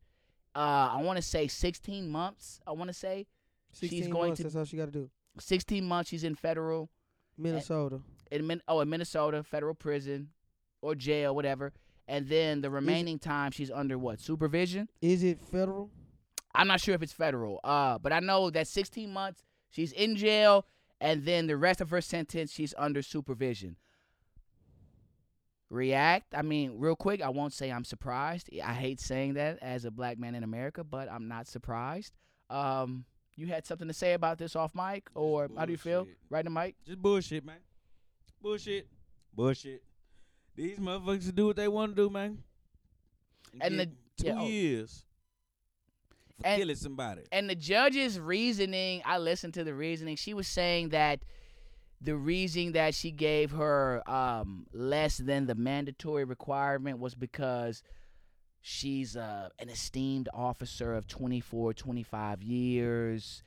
Speaker 1: Uh, I want to say 16 months. I want to say
Speaker 5: 16
Speaker 1: she's going
Speaker 5: months,
Speaker 1: to
Speaker 5: That's all she got to do.
Speaker 1: 16 months. She's in federal
Speaker 5: Minnesota.
Speaker 1: in Min- oh in Minnesota federal prison or jail whatever. And then the remaining time she's under what supervision?
Speaker 5: Is it federal?
Speaker 1: I'm not sure if it's federal. Uh, but I know that 16 months she's in jail, and then the rest of her sentence she's under supervision. React. I mean, real quick, I won't say I'm surprised. I hate saying that as a black man in America, but I'm not surprised. Um, you had something to say about this off mic, or how do you feel?
Speaker 2: bullshit.
Speaker 1: Right, the mic.
Speaker 2: Just bullshit, man. Bullshit. Bullshit. These motherfuckers do what they want to do, man.
Speaker 1: And
Speaker 2: get
Speaker 1: the-
Speaker 2: two
Speaker 1: yeah, oh.
Speaker 2: years for
Speaker 1: And-
Speaker 2: killing somebody.
Speaker 1: And the judge's reasoning, I listened to the reasoning. She was saying that the reason that she gave her um, less than the mandatory requirement was because she's uh, an esteemed officer of 24, 25 years,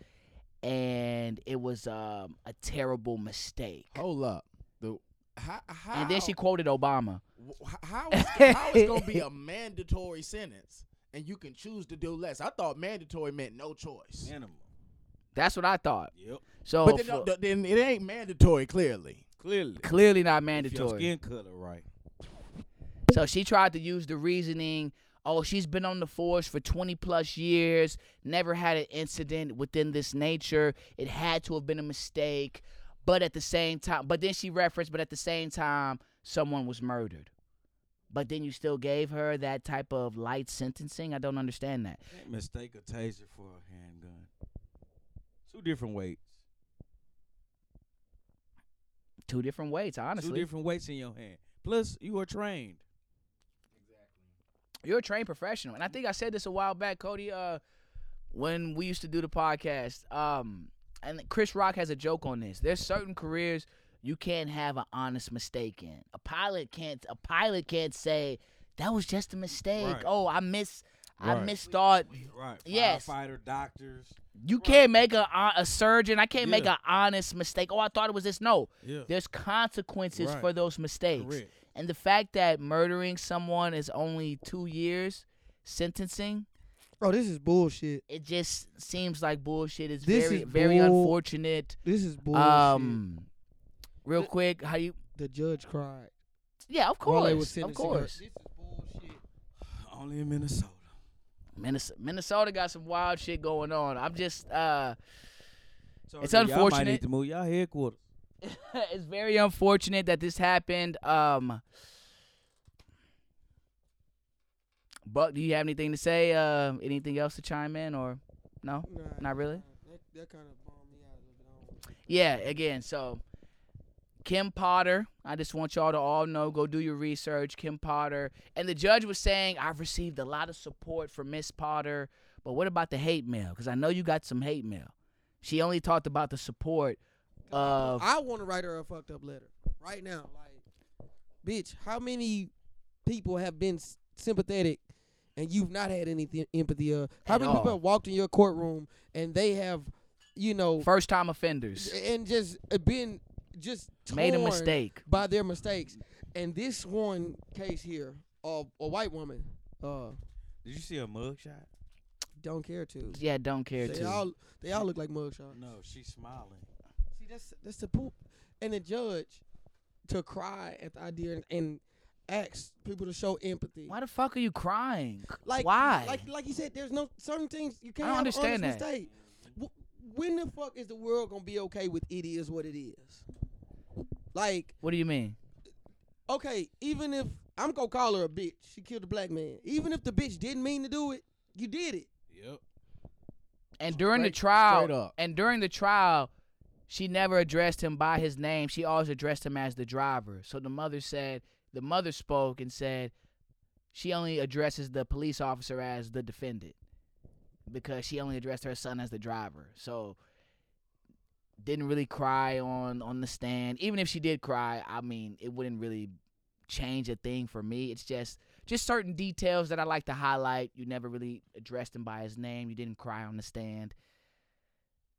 Speaker 1: and it was um, a terrible mistake.
Speaker 4: Hold up. The how, how
Speaker 1: And then she quoted Obama.
Speaker 4: wh- how is, how is gonna be a mandatory sentence and you can choose to do less? I thought mandatory meant no choice.
Speaker 2: Animal.
Speaker 1: That's what I thought.
Speaker 2: Yep.
Speaker 1: So
Speaker 4: But then,
Speaker 1: for-
Speaker 4: th- then it ain't mandatory. Clearly,
Speaker 2: Clearly.
Speaker 1: clearly not
Speaker 2: If your
Speaker 1: mandatory.
Speaker 2: skin color right.
Speaker 1: So she tried to use the reasoning oh, she's been on the force for 20 plus years, never had an incident within this nature. It had to have been a mistake. But at the same time, but then she referenced, but at the same time, someone was murdered. But then you still gave her that type of light sentencing? I don't understand that.
Speaker 2: Can't mistake a taser for a handgun. Two different weights.
Speaker 1: Two different weights,
Speaker 2: Two
Speaker 1: honestly.
Speaker 2: different weights in your hand. Plus, you are trained.
Speaker 1: You're a trained professional. And I think I said this a while back, Cody, uh, when we used to do the podcast. Um, and Chris Rock has a joke on this. There's certain careers you can't have an honest mistake in. A pilot can't a pilot can't say, That was just a mistake.
Speaker 2: Right.
Speaker 1: Oh, I miss I
Speaker 2: Right.
Speaker 1: misthought.
Speaker 2: Right.
Speaker 1: Yes.
Speaker 2: Firefighter, doctors.
Speaker 1: You can't make a hon- a surgeon. I can't make
Speaker 2: Yeah.
Speaker 1: an honest mistake. Oh, I thought it was this. No,
Speaker 2: Yeah.
Speaker 1: there's consequences
Speaker 2: Right.
Speaker 1: for those mistakes.
Speaker 2: Correct.
Speaker 1: And the fact that murdering someone is only two years sentencing,
Speaker 5: Oh, this is bullshit.
Speaker 1: it just seems like bullshit. It's
Speaker 5: This
Speaker 1: very,
Speaker 5: is
Speaker 1: very
Speaker 5: bull-
Speaker 1: unfortunate.
Speaker 5: This is bullshit.
Speaker 1: Um, real quick, how you?
Speaker 5: the judge cried.
Speaker 1: Yeah, of
Speaker 5: While
Speaker 1: course,
Speaker 5: they were
Speaker 1: of
Speaker 5: sentencing her.
Speaker 1: course.
Speaker 3: This is bullshit.
Speaker 2: Only in Minnesota.
Speaker 1: Minnesota, Minnesota got some wild shit going on. I'm just, uh, (laughs)
Speaker 2: So
Speaker 1: It's
Speaker 2: Y'all might
Speaker 1: unfortunate.
Speaker 2: need to move y'all headquarters.
Speaker 1: it's very unfortunate that this happened. Um, Buck, do you have anything to say? Uh, anything else to chime in or no?
Speaker 5: Nah,
Speaker 1: Not really?
Speaker 5: That, kind of bummed me out a little bit.
Speaker 1: Yeah, again, so Kim Potter, I just want y'all to all know, go do your research, Kim Potter. And the judge was saying, I've received a lot of support for Miss Potter, but what about the hate mail? Because I know you got some hate mail. She only talked about the support of
Speaker 5: I want to write her a fucked up letter right now. Like, bitch, how many people have been s- sympathetic and you've not had any th- empathy of? How
Speaker 1: At
Speaker 5: many
Speaker 1: all.
Speaker 5: people have walked in your courtroom and they have, you know,
Speaker 1: first time offenders.
Speaker 5: and just uh, been just
Speaker 1: Made a
Speaker 5: torn
Speaker 1: mistake.
Speaker 5: by their mistakes? And this one case here, of a white woman, uh,
Speaker 2: Did you see a mugshot?
Speaker 5: don't care to.
Speaker 1: Yeah, don't care
Speaker 5: They
Speaker 1: to.
Speaker 5: all they all look like mugshots.
Speaker 2: No, she's smiling.
Speaker 5: See, that's that's the poop. And the judge to cry at the idea and, and ask people to show empathy.
Speaker 1: Why the fuck are you crying?
Speaker 5: Like
Speaker 1: Why?
Speaker 5: Like like you said, there's no certain things you can't.
Speaker 1: I don't
Speaker 5: have an
Speaker 1: understand
Speaker 5: honest
Speaker 1: that.
Speaker 5: Mistake. Wh- When the fuck is the world gonna be okay with it is what it is? Like
Speaker 1: what do you mean?
Speaker 5: okay, even if I'm gonna call her a bitch, she killed a black man. Even if the bitch didn't mean to do it, you did it.
Speaker 2: Yep.
Speaker 1: And during the
Speaker 4: Straight-
Speaker 1: trial,
Speaker 4: straight up.
Speaker 1: and during the trial, she never addressed him by his name. She always addressed him as the driver. So the mother said, the mother spoke and said, she only addresses the police officer as the defendant because she only addressed her son as the driver. So didn't really cry on on the stand. Even if she did cry, I mean, it wouldn't really change a thing for me. It's just just certain details that I like to highlight. You never really addressed him by his name. You didn't cry on the stand.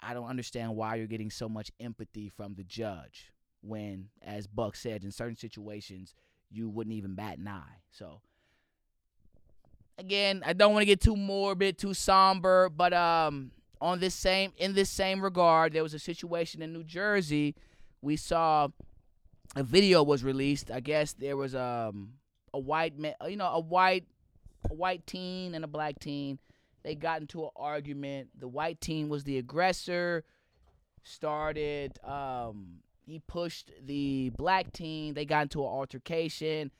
Speaker 1: I don't understand why you're getting so much empathy from the judge when, as Buck said, in certain situations you wouldn't even bat an eye. So again, I don't want to get too morbid, too somber, but um on this same in this same regard, there was a situation in New Jersey. We saw a video was released. I guess there was um a white man, you know, a white a white teen and a black teen. They got into an argument. The white teen was the aggressor. Started um he pushed the black teen. They got into an altercation.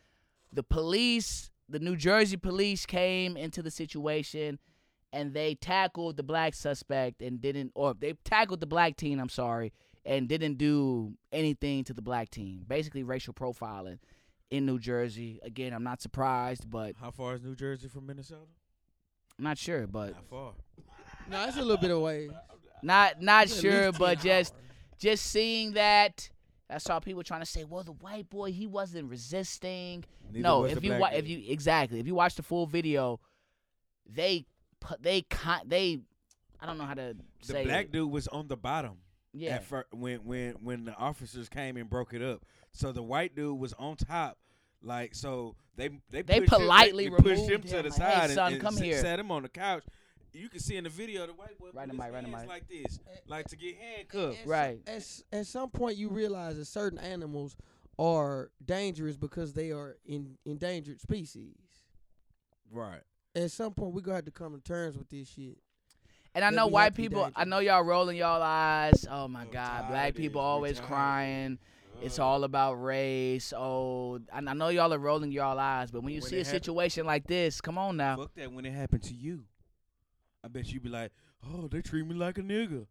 Speaker 1: The police, the New Jersey police came into the situation and they tackled the black suspect and didn't or they tackled the black teen, I'm sorry, and didn't do anything to the black teen. Basically racial profiling in New Jersey. Again, I'm not surprised, but
Speaker 2: How far is New Jersey from Minnesota?
Speaker 1: I'm not sure, but
Speaker 2: Not far.
Speaker 5: No, it's a little bit away.
Speaker 1: not not
Speaker 5: It's at
Speaker 1: sure,
Speaker 5: least
Speaker 1: but
Speaker 5: 10
Speaker 1: just
Speaker 5: hours.
Speaker 1: just seeing that I saw people trying to say, well, the white boy he wasn't resisting.
Speaker 2: Neither
Speaker 1: no,
Speaker 2: was the
Speaker 1: if you
Speaker 2: black
Speaker 1: wa-
Speaker 2: dude.
Speaker 1: if you exactly if you watch the full video, they pu- they con- they I don't know how to
Speaker 2: the
Speaker 1: say
Speaker 2: black
Speaker 1: it.
Speaker 2: dude was on the bottom.
Speaker 1: yeah
Speaker 2: At fir- when when when the officers came and broke it up, so the white dude was on top, like so they they
Speaker 1: They
Speaker 2: pushed him-
Speaker 1: politely
Speaker 2: they, they pushed
Speaker 1: removed
Speaker 2: him to
Speaker 1: him,
Speaker 2: the
Speaker 1: like, "Hey,
Speaker 2: side
Speaker 1: son,
Speaker 2: and, and
Speaker 1: come
Speaker 2: sit-
Speaker 1: here."
Speaker 2: sat him on the couch. You can see in the video the white boy put
Speaker 1: Right in
Speaker 2: his
Speaker 1: my- right in
Speaker 2: hands
Speaker 1: my-
Speaker 2: like this, like to get handcuffed.
Speaker 5: At
Speaker 1: right.
Speaker 5: Some, at, s- at some point, you realize that certain animals are dangerous because they are in endangered species.
Speaker 2: Right.
Speaker 5: at some point we gonna have to come to terms with this shit.
Speaker 1: And I
Speaker 5: That
Speaker 1: know
Speaker 5: we
Speaker 1: white
Speaker 5: have to be
Speaker 1: people. I
Speaker 5: dangerous.
Speaker 1: know y'all rolling y'all eyes. Oh my
Speaker 2: Oh,
Speaker 1: God,
Speaker 2: tired
Speaker 1: black
Speaker 2: it
Speaker 1: people
Speaker 2: is. Oh. We
Speaker 1: always
Speaker 2: tired.
Speaker 1: crying. It's all about race. Oh, and I know y'all are rolling y'all eyes, but when you
Speaker 2: When
Speaker 1: see
Speaker 2: it
Speaker 1: a
Speaker 2: happen-
Speaker 1: situation like this, come on now.
Speaker 2: Fuck that when it happened to you. I bet you be like, oh, they treat me like a nigga.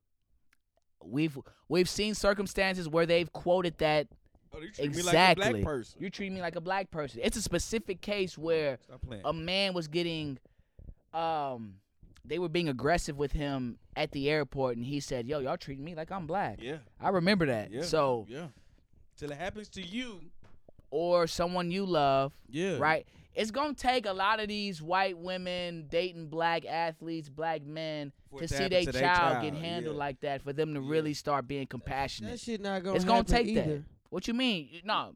Speaker 1: We've we've seen circumstances where they've quoted that
Speaker 2: Oh, they treat me like a
Speaker 1: exactly.
Speaker 2: black person.
Speaker 1: you treat me like a black person. It's a specific case where
Speaker 2: Stop playing.
Speaker 1: a man was getting um they were being aggressive with him at the airport and he said, "Yo, y'all treating me like I'm black."
Speaker 2: yeah,
Speaker 1: I remember that.
Speaker 2: yeah.
Speaker 1: So,
Speaker 2: yeah, till it happens to you.
Speaker 1: or someone you love,
Speaker 2: Yeah,
Speaker 1: right? It's going to take a lot of these white women dating black athletes, black men
Speaker 2: For
Speaker 1: to
Speaker 2: it to
Speaker 1: see
Speaker 2: happen
Speaker 1: their
Speaker 2: to
Speaker 1: child,
Speaker 2: they
Speaker 1: get
Speaker 2: child,
Speaker 1: handled
Speaker 2: yeah.
Speaker 1: like that for them to
Speaker 2: Yeah.
Speaker 1: really start being compassionate.
Speaker 5: That shit not gonna.
Speaker 1: it's gonna
Speaker 5: happen
Speaker 1: take
Speaker 5: either.
Speaker 1: that. What you mean? You- No,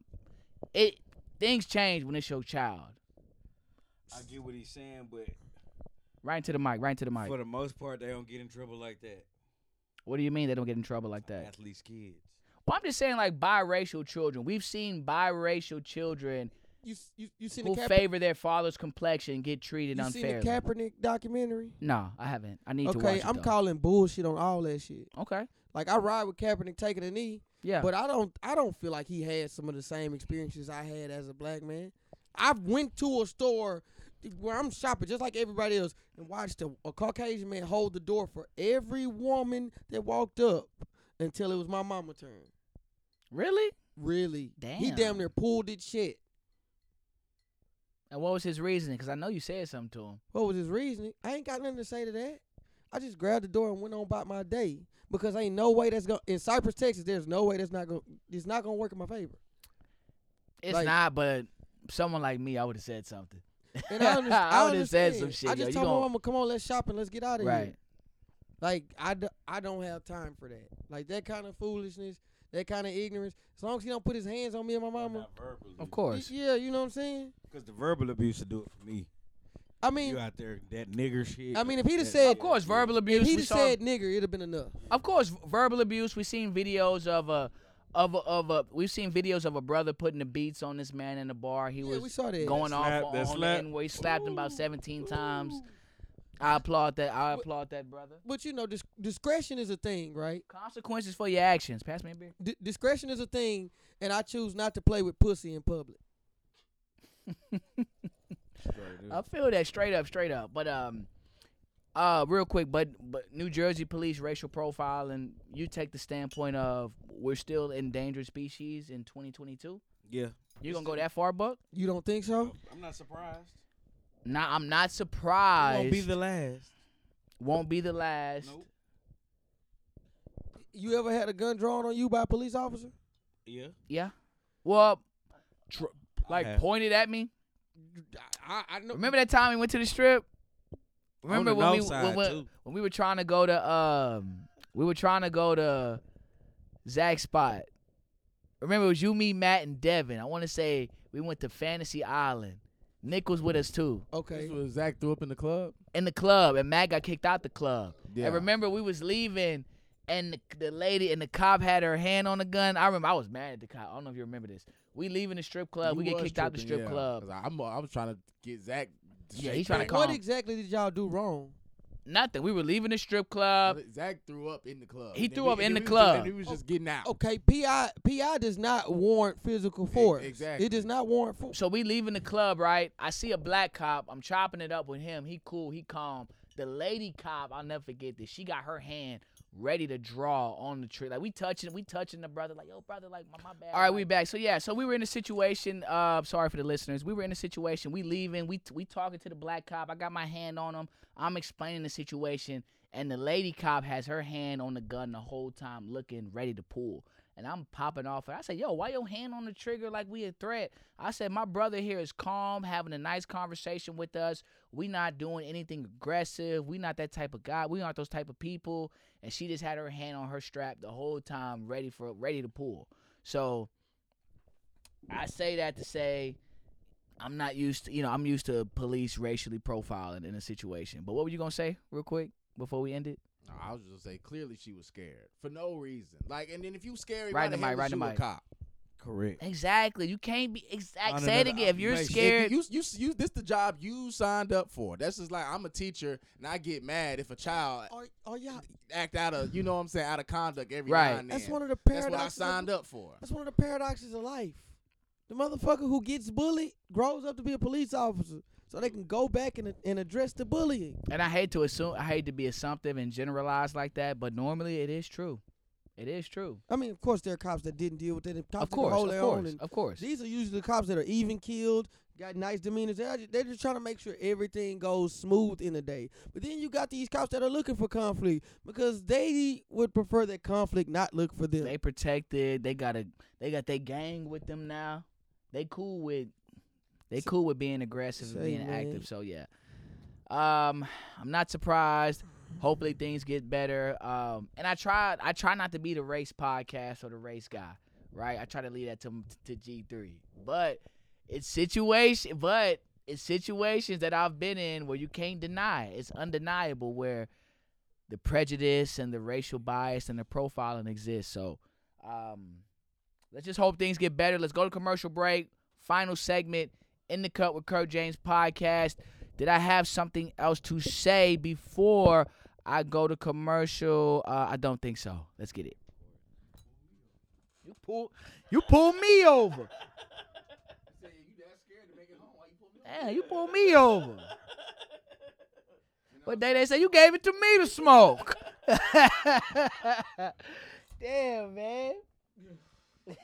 Speaker 1: it things change when it's your child.
Speaker 2: I get what he's saying, but
Speaker 1: Right into the mic. Right into the mic.
Speaker 2: for the most part, they don't get in trouble like that.
Speaker 1: What do you mean they don't get in trouble like that?
Speaker 2: Athletes, kids.
Speaker 1: Well, I'm just saying like biracial children. We've seen biracial children
Speaker 5: You s- you you seen
Speaker 1: who
Speaker 5: the Kaep-
Speaker 1: favor their father's complexion get treated
Speaker 5: you seen
Speaker 1: unfairly.
Speaker 5: the Kaepernick documentary?
Speaker 1: no, I haven't. I need to watch
Speaker 5: Okay,
Speaker 1: it.
Speaker 5: I'm
Speaker 1: though.
Speaker 5: calling bullshit on all that shit.
Speaker 1: Okay.
Speaker 5: Like I ride with Kaepernick taking a knee,
Speaker 1: Yeah.
Speaker 5: but I don't I don't feel like he had some of the same experiences I had as a black man. I went to a store where I'm shopping just like everybody else and watched a, a Caucasian man hold the door for every woman that walked up until it was my mama turn.
Speaker 1: really?
Speaker 5: Really, he
Speaker 1: Damn.
Speaker 5: damn near pulled it shit.
Speaker 1: And what was his reasoning? Because I know you said something to him.
Speaker 5: What was his reasoning? I ain't got nothing to say to that. I just grabbed the door and went on about my day because ain't no way that's gonna in Cypress, Texas. There's no way that's not gonna it's not gonna work in my favor.
Speaker 1: It's
Speaker 5: Like-
Speaker 1: not, but someone like me, I would have said something. (laughs)
Speaker 5: And I, under-
Speaker 1: I
Speaker 5: I
Speaker 1: would've said
Speaker 5: understand.
Speaker 1: some shit,
Speaker 5: I
Speaker 1: yo.
Speaker 5: just
Speaker 1: You
Speaker 5: told
Speaker 1: gon-
Speaker 5: my mama, come on, let's shop and let's get out of
Speaker 1: Right.
Speaker 5: here. Like I, do, I don't have time for that. Like that kind of foolishness, that kind of ignorance. As long as he don't put his hands on me and my
Speaker 2: Well,
Speaker 5: mama,
Speaker 2: not verbally.
Speaker 1: Of
Speaker 5: y-
Speaker 1: course.
Speaker 5: yeah, you know what I'm saying.
Speaker 2: because the verbal abuse would do it for me.
Speaker 5: I mean,
Speaker 2: You out there that nigger shit.
Speaker 5: I mean, if he'd have
Speaker 2: That-
Speaker 5: said-
Speaker 1: Of course, verbal abuse.
Speaker 5: if
Speaker 1: we
Speaker 5: he'd have
Speaker 1: saw-
Speaker 5: said nigger, it'd have been enough.
Speaker 1: Of course, verbal abuse. We've seen videos of a, of a, of a. We've seen videos of a brother putting the beats on this man in the bar. He
Speaker 5: yeah, we
Speaker 1: was
Speaker 5: saw that.
Speaker 1: going
Speaker 2: That
Speaker 1: off
Speaker 2: slap, that
Speaker 1: on, on the
Speaker 2: slap.
Speaker 1: end where he slapped him about 17 times.
Speaker 2: Ooh.
Speaker 1: I applaud that. I
Speaker 5: Wh-
Speaker 1: applaud that, brother.
Speaker 5: but you know, dis- discretion is a thing, right?
Speaker 1: Consequences for your actions. Pass me a beer.
Speaker 5: D- discretion is a thing, and I choose not to play with pussy in public.
Speaker 1: I feel that straight up, straight up. But um, uh, real quick, but but New Jersey police racial profile, and you take the standpoint of we're still endangered species in 2022.
Speaker 2: Yeah,
Speaker 1: You gonna go that far, Buck?
Speaker 5: You don't think so?
Speaker 2: I'm not surprised.
Speaker 1: Nah, I'm not
Speaker 2: It
Speaker 1: surprised.
Speaker 2: Won't be the last.
Speaker 1: won't be the last.
Speaker 2: Nope.
Speaker 5: You ever had a gun drawn on you by a police officer?
Speaker 2: Yeah.
Speaker 1: Yeah. Well, tr-
Speaker 2: I
Speaker 1: like
Speaker 2: have.
Speaker 1: pointed at me.
Speaker 5: I, I know.
Speaker 1: Remember that time we went to the strip? Remember
Speaker 2: the
Speaker 1: when we
Speaker 2: north side,
Speaker 1: when, when,
Speaker 2: too.
Speaker 1: when we were trying to go to um we were trying to go to Zach's spot. Remember it was you, me, Matt, and Devin. I want to say we went to Fantasy Island. Nick was with us too
Speaker 5: Okay.
Speaker 4: This was Zach threw up in the club.
Speaker 1: in the club, and Matt got kicked out the club.
Speaker 4: Yeah.
Speaker 1: And remember we was leaving. And the, the lady and the cop had her hand on the gun. I remember I was mad at the cop. I don't know if you remember this. We leaving the strip club.
Speaker 4: You
Speaker 1: we get
Speaker 4: was
Speaker 1: kicked out the
Speaker 4: tripping,
Speaker 1: strip
Speaker 4: yeah.
Speaker 1: club.
Speaker 4: 'Cause I'm, I was trying to get Zach.
Speaker 1: Yeah,
Speaker 4: straight
Speaker 1: he tryna
Speaker 4: back.
Speaker 1: call-
Speaker 5: What
Speaker 1: calm.
Speaker 5: exactly did y'all do wrong?
Speaker 1: Nothing. We were leaving the strip club.
Speaker 4: Zach threw up in the club.
Speaker 1: He
Speaker 4: And
Speaker 1: threw
Speaker 4: we-
Speaker 1: up
Speaker 4: and
Speaker 1: in
Speaker 4: we
Speaker 1: the
Speaker 4: was just-
Speaker 1: club. Oh.
Speaker 4: And he was just getting out.
Speaker 5: Okay, PI PI does not warrant physical force.
Speaker 4: exactly.
Speaker 5: It does not warrant force.
Speaker 1: So we leaving the club, right? I see a black cop. I'm chopping it up with him. He cool. He calm. The lady cop, I'll never forget this. She got her hand ready to draw on the tree. Like we touching, we touching the brother. Like yo, brother, like my, my bad. All right, we back. So yeah, so we were in a situation. Uh, sorry for the listeners. We were in a situation. We leaving. We we talking to the black cop. I got my hand on him. I'm explaining the situation, and the lady cop has her hand on the gun the whole time, looking ready to pull. And I'm popping off. And I said, Yo, why your hand on the trigger like we a threat? I said, My brother here is calm, having a nice conversation with us. We not doing anything aggressive. We not that type of guy. We aren't those type of people. And she just had her hand on her strap the whole time, ready for ready to pull. So I say that to say I'm not used to you know, I'm used to police racially profiling in a situation. But what were you gonna say real quick before we end it?
Speaker 4: No, I was just gonna say clearly she was scared for no reason. Like, and then if you scared,
Speaker 1: Right
Speaker 4: right
Speaker 1: in
Speaker 4: in
Speaker 1: the mic, right in
Speaker 4: you
Speaker 1: the
Speaker 4: a
Speaker 1: mic.
Speaker 4: cop.
Speaker 2: Correct.
Speaker 1: Exactly. You can't be exact.
Speaker 2: Find
Speaker 1: Say it
Speaker 2: another
Speaker 1: again. If you're
Speaker 2: occupation.
Speaker 1: scared,
Speaker 4: You, you, you, this the job you signed up for. That's just like I'm a teacher and I get mad if a child
Speaker 5: Are, are y'all?
Speaker 4: act out of you know what I'm saying out of conduct every
Speaker 1: Right.
Speaker 4: now and then.
Speaker 5: That's one of the
Speaker 4: That's
Speaker 5: paradoxes.
Speaker 4: what I
Speaker 5: of-
Speaker 4: signed up for.
Speaker 5: That's one of the paradoxes of life. The motherfucker who gets bullied grows up to be a police officer, so they can go back and, and address the bullying.
Speaker 1: and I hate to assume, I hate to be assumptive and generalize like that, but normally it is true. It is true.
Speaker 5: I mean, of course, there are cops that didn't deal with that. and Cops
Speaker 1: Of course,
Speaker 5: hold
Speaker 1: of
Speaker 5: their own.
Speaker 1: course,
Speaker 5: And
Speaker 1: of course.
Speaker 5: these are usually the cops that are even killed, got nice demeanors. They're just, they're just trying to make sure everything goes smooth in the day. But then you got these cops that are looking for conflict because they would prefer that conflict not look for them.
Speaker 1: They protected. They got a. They got their gang with them now. They cool with. They cool with being aggressive and
Speaker 5: Say,
Speaker 1: being
Speaker 5: man.
Speaker 1: active. So yeah. Um, I'm not surprised. Hopefully things get better. Um, and I try. I try not to be the race podcast or the race guy. Right. I try to leave that to to G three. But it's situation. But it's situations that I've been in where you can't deny. it. It's undeniable where the prejudice and the racial bias and the profiling exists. So um, let's just hope things get better. Let's go to commercial break. Final segment in the cut with Kurt James podcast. Did I have something else to say before I go to commercial? Uh, I don't think so. Let's get it. You pull, you pull me (laughs) over. Yeah, you pulled me over. But they they say you gave it to me to (laughs) smoke. Damn, man.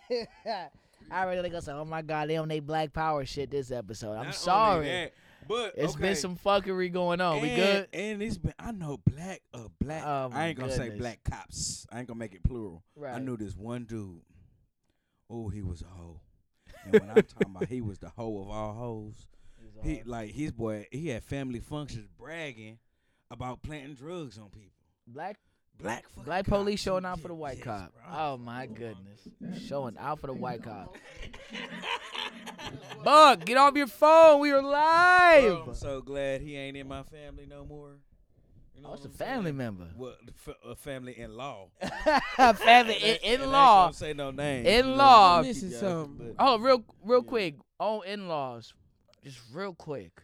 Speaker 1: (laughs) I really gonna say, oh my god, they on they black power shit this episode. I'm
Speaker 2: Not only
Speaker 1: sorry.
Speaker 2: that, but
Speaker 1: It's
Speaker 2: okay.
Speaker 1: been some fuckery going on.
Speaker 2: And,
Speaker 1: Oh, we good?
Speaker 2: And it's been I know black uh black.
Speaker 1: Oh, my
Speaker 2: I ain't gonna say
Speaker 1: goodness.
Speaker 2: black cops. I ain't gonna make it plural. I
Speaker 1: Right.
Speaker 2: knew this one dude. Oh, he was a hoe. And when I'm talking about he was the hoe of all hoes. He like his boy. He had family functions bragging about planting drugs on people.
Speaker 1: Black
Speaker 2: Black fucking
Speaker 1: black police
Speaker 2: cops.
Speaker 1: showing out for the
Speaker 2: Yes,
Speaker 1: white
Speaker 2: yes,
Speaker 1: cop.
Speaker 2: bro.
Speaker 1: Oh my goodness. Showing out for the white cop. Buck, get off your phone. We are
Speaker 2: Bro, I'm
Speaker 1: live.
Speaker 2: so glad he ain't in my family no more. You know
Speaker 1: Oh, it's a
Speaker 2: what I'm
Speaker 1: family
Speaker 2: saying?
Speaker 1: member. (laughs)
Speaker 2: Well, f- a family in law.
Speaker 1: family
Speaker 2: And I-
Speaker 1: in, in
Speaker 2: and I
Speaker 1: law.
Speaker 2: ain't gonna Say no name.
Speaker 1: In law.
Speaker 5: Missing something.
Speaker 1: Oh, real real quick. Oh, in laws. Just real quick.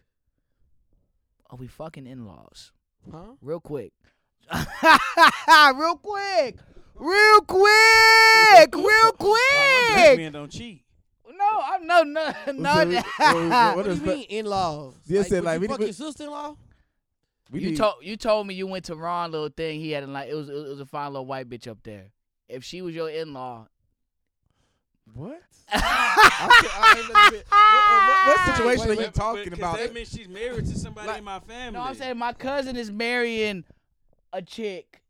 Speaker 1: Are we fucking in laws?
Speaker 5: huh?
Speaker 1: Real quick. (laughs) real quick. Real
Speaker 2: (laughs)
Speaker 1: quick. Real
Speaker 2: Black
Speaker 1: quick.
Speaker 2: men don't cheat.
Speaker 1: No, I'm no no no.
Speaker 4: What- what-
Speaker 5: What
Speaker 4: what
Speaker 5: do
Speaker 4: is
Speaker 5: you
Speaker 4: that?
Speaker 5: mean in laws?
Speaker 4: Yeah,
Speaker 5: like,
Speaker 4: said,
Speaker 5: would
Speaker 4: like,
Speaker 5: you
Speaker 4: we-
Speaker 5: fuck
Speaker 4: we-
Speaker 5: your sister-in-law.
Speaker 4: We
Speaker 1: you
Speaker 4: need-
Speaker 1: told you told me you went to Ron little thing he had in like it was it was a fine little white bitch up there. If she was your in (laughs) law,
Speaker 4: what?
Speaker 1: I
Speaker 4: What
Speaker 5: Wait,
Speaker 4: situation are you
Speaker 2: But- but-
Speaker 4: talking
Speaker 2: 'cause
Speaker 4: about?
Speaker 2: That means she's married to somebody
Speaker 1: Like-
Speaker 2: in my family.
Speaker 1: No, I'm saying my cousin is marrying a chick,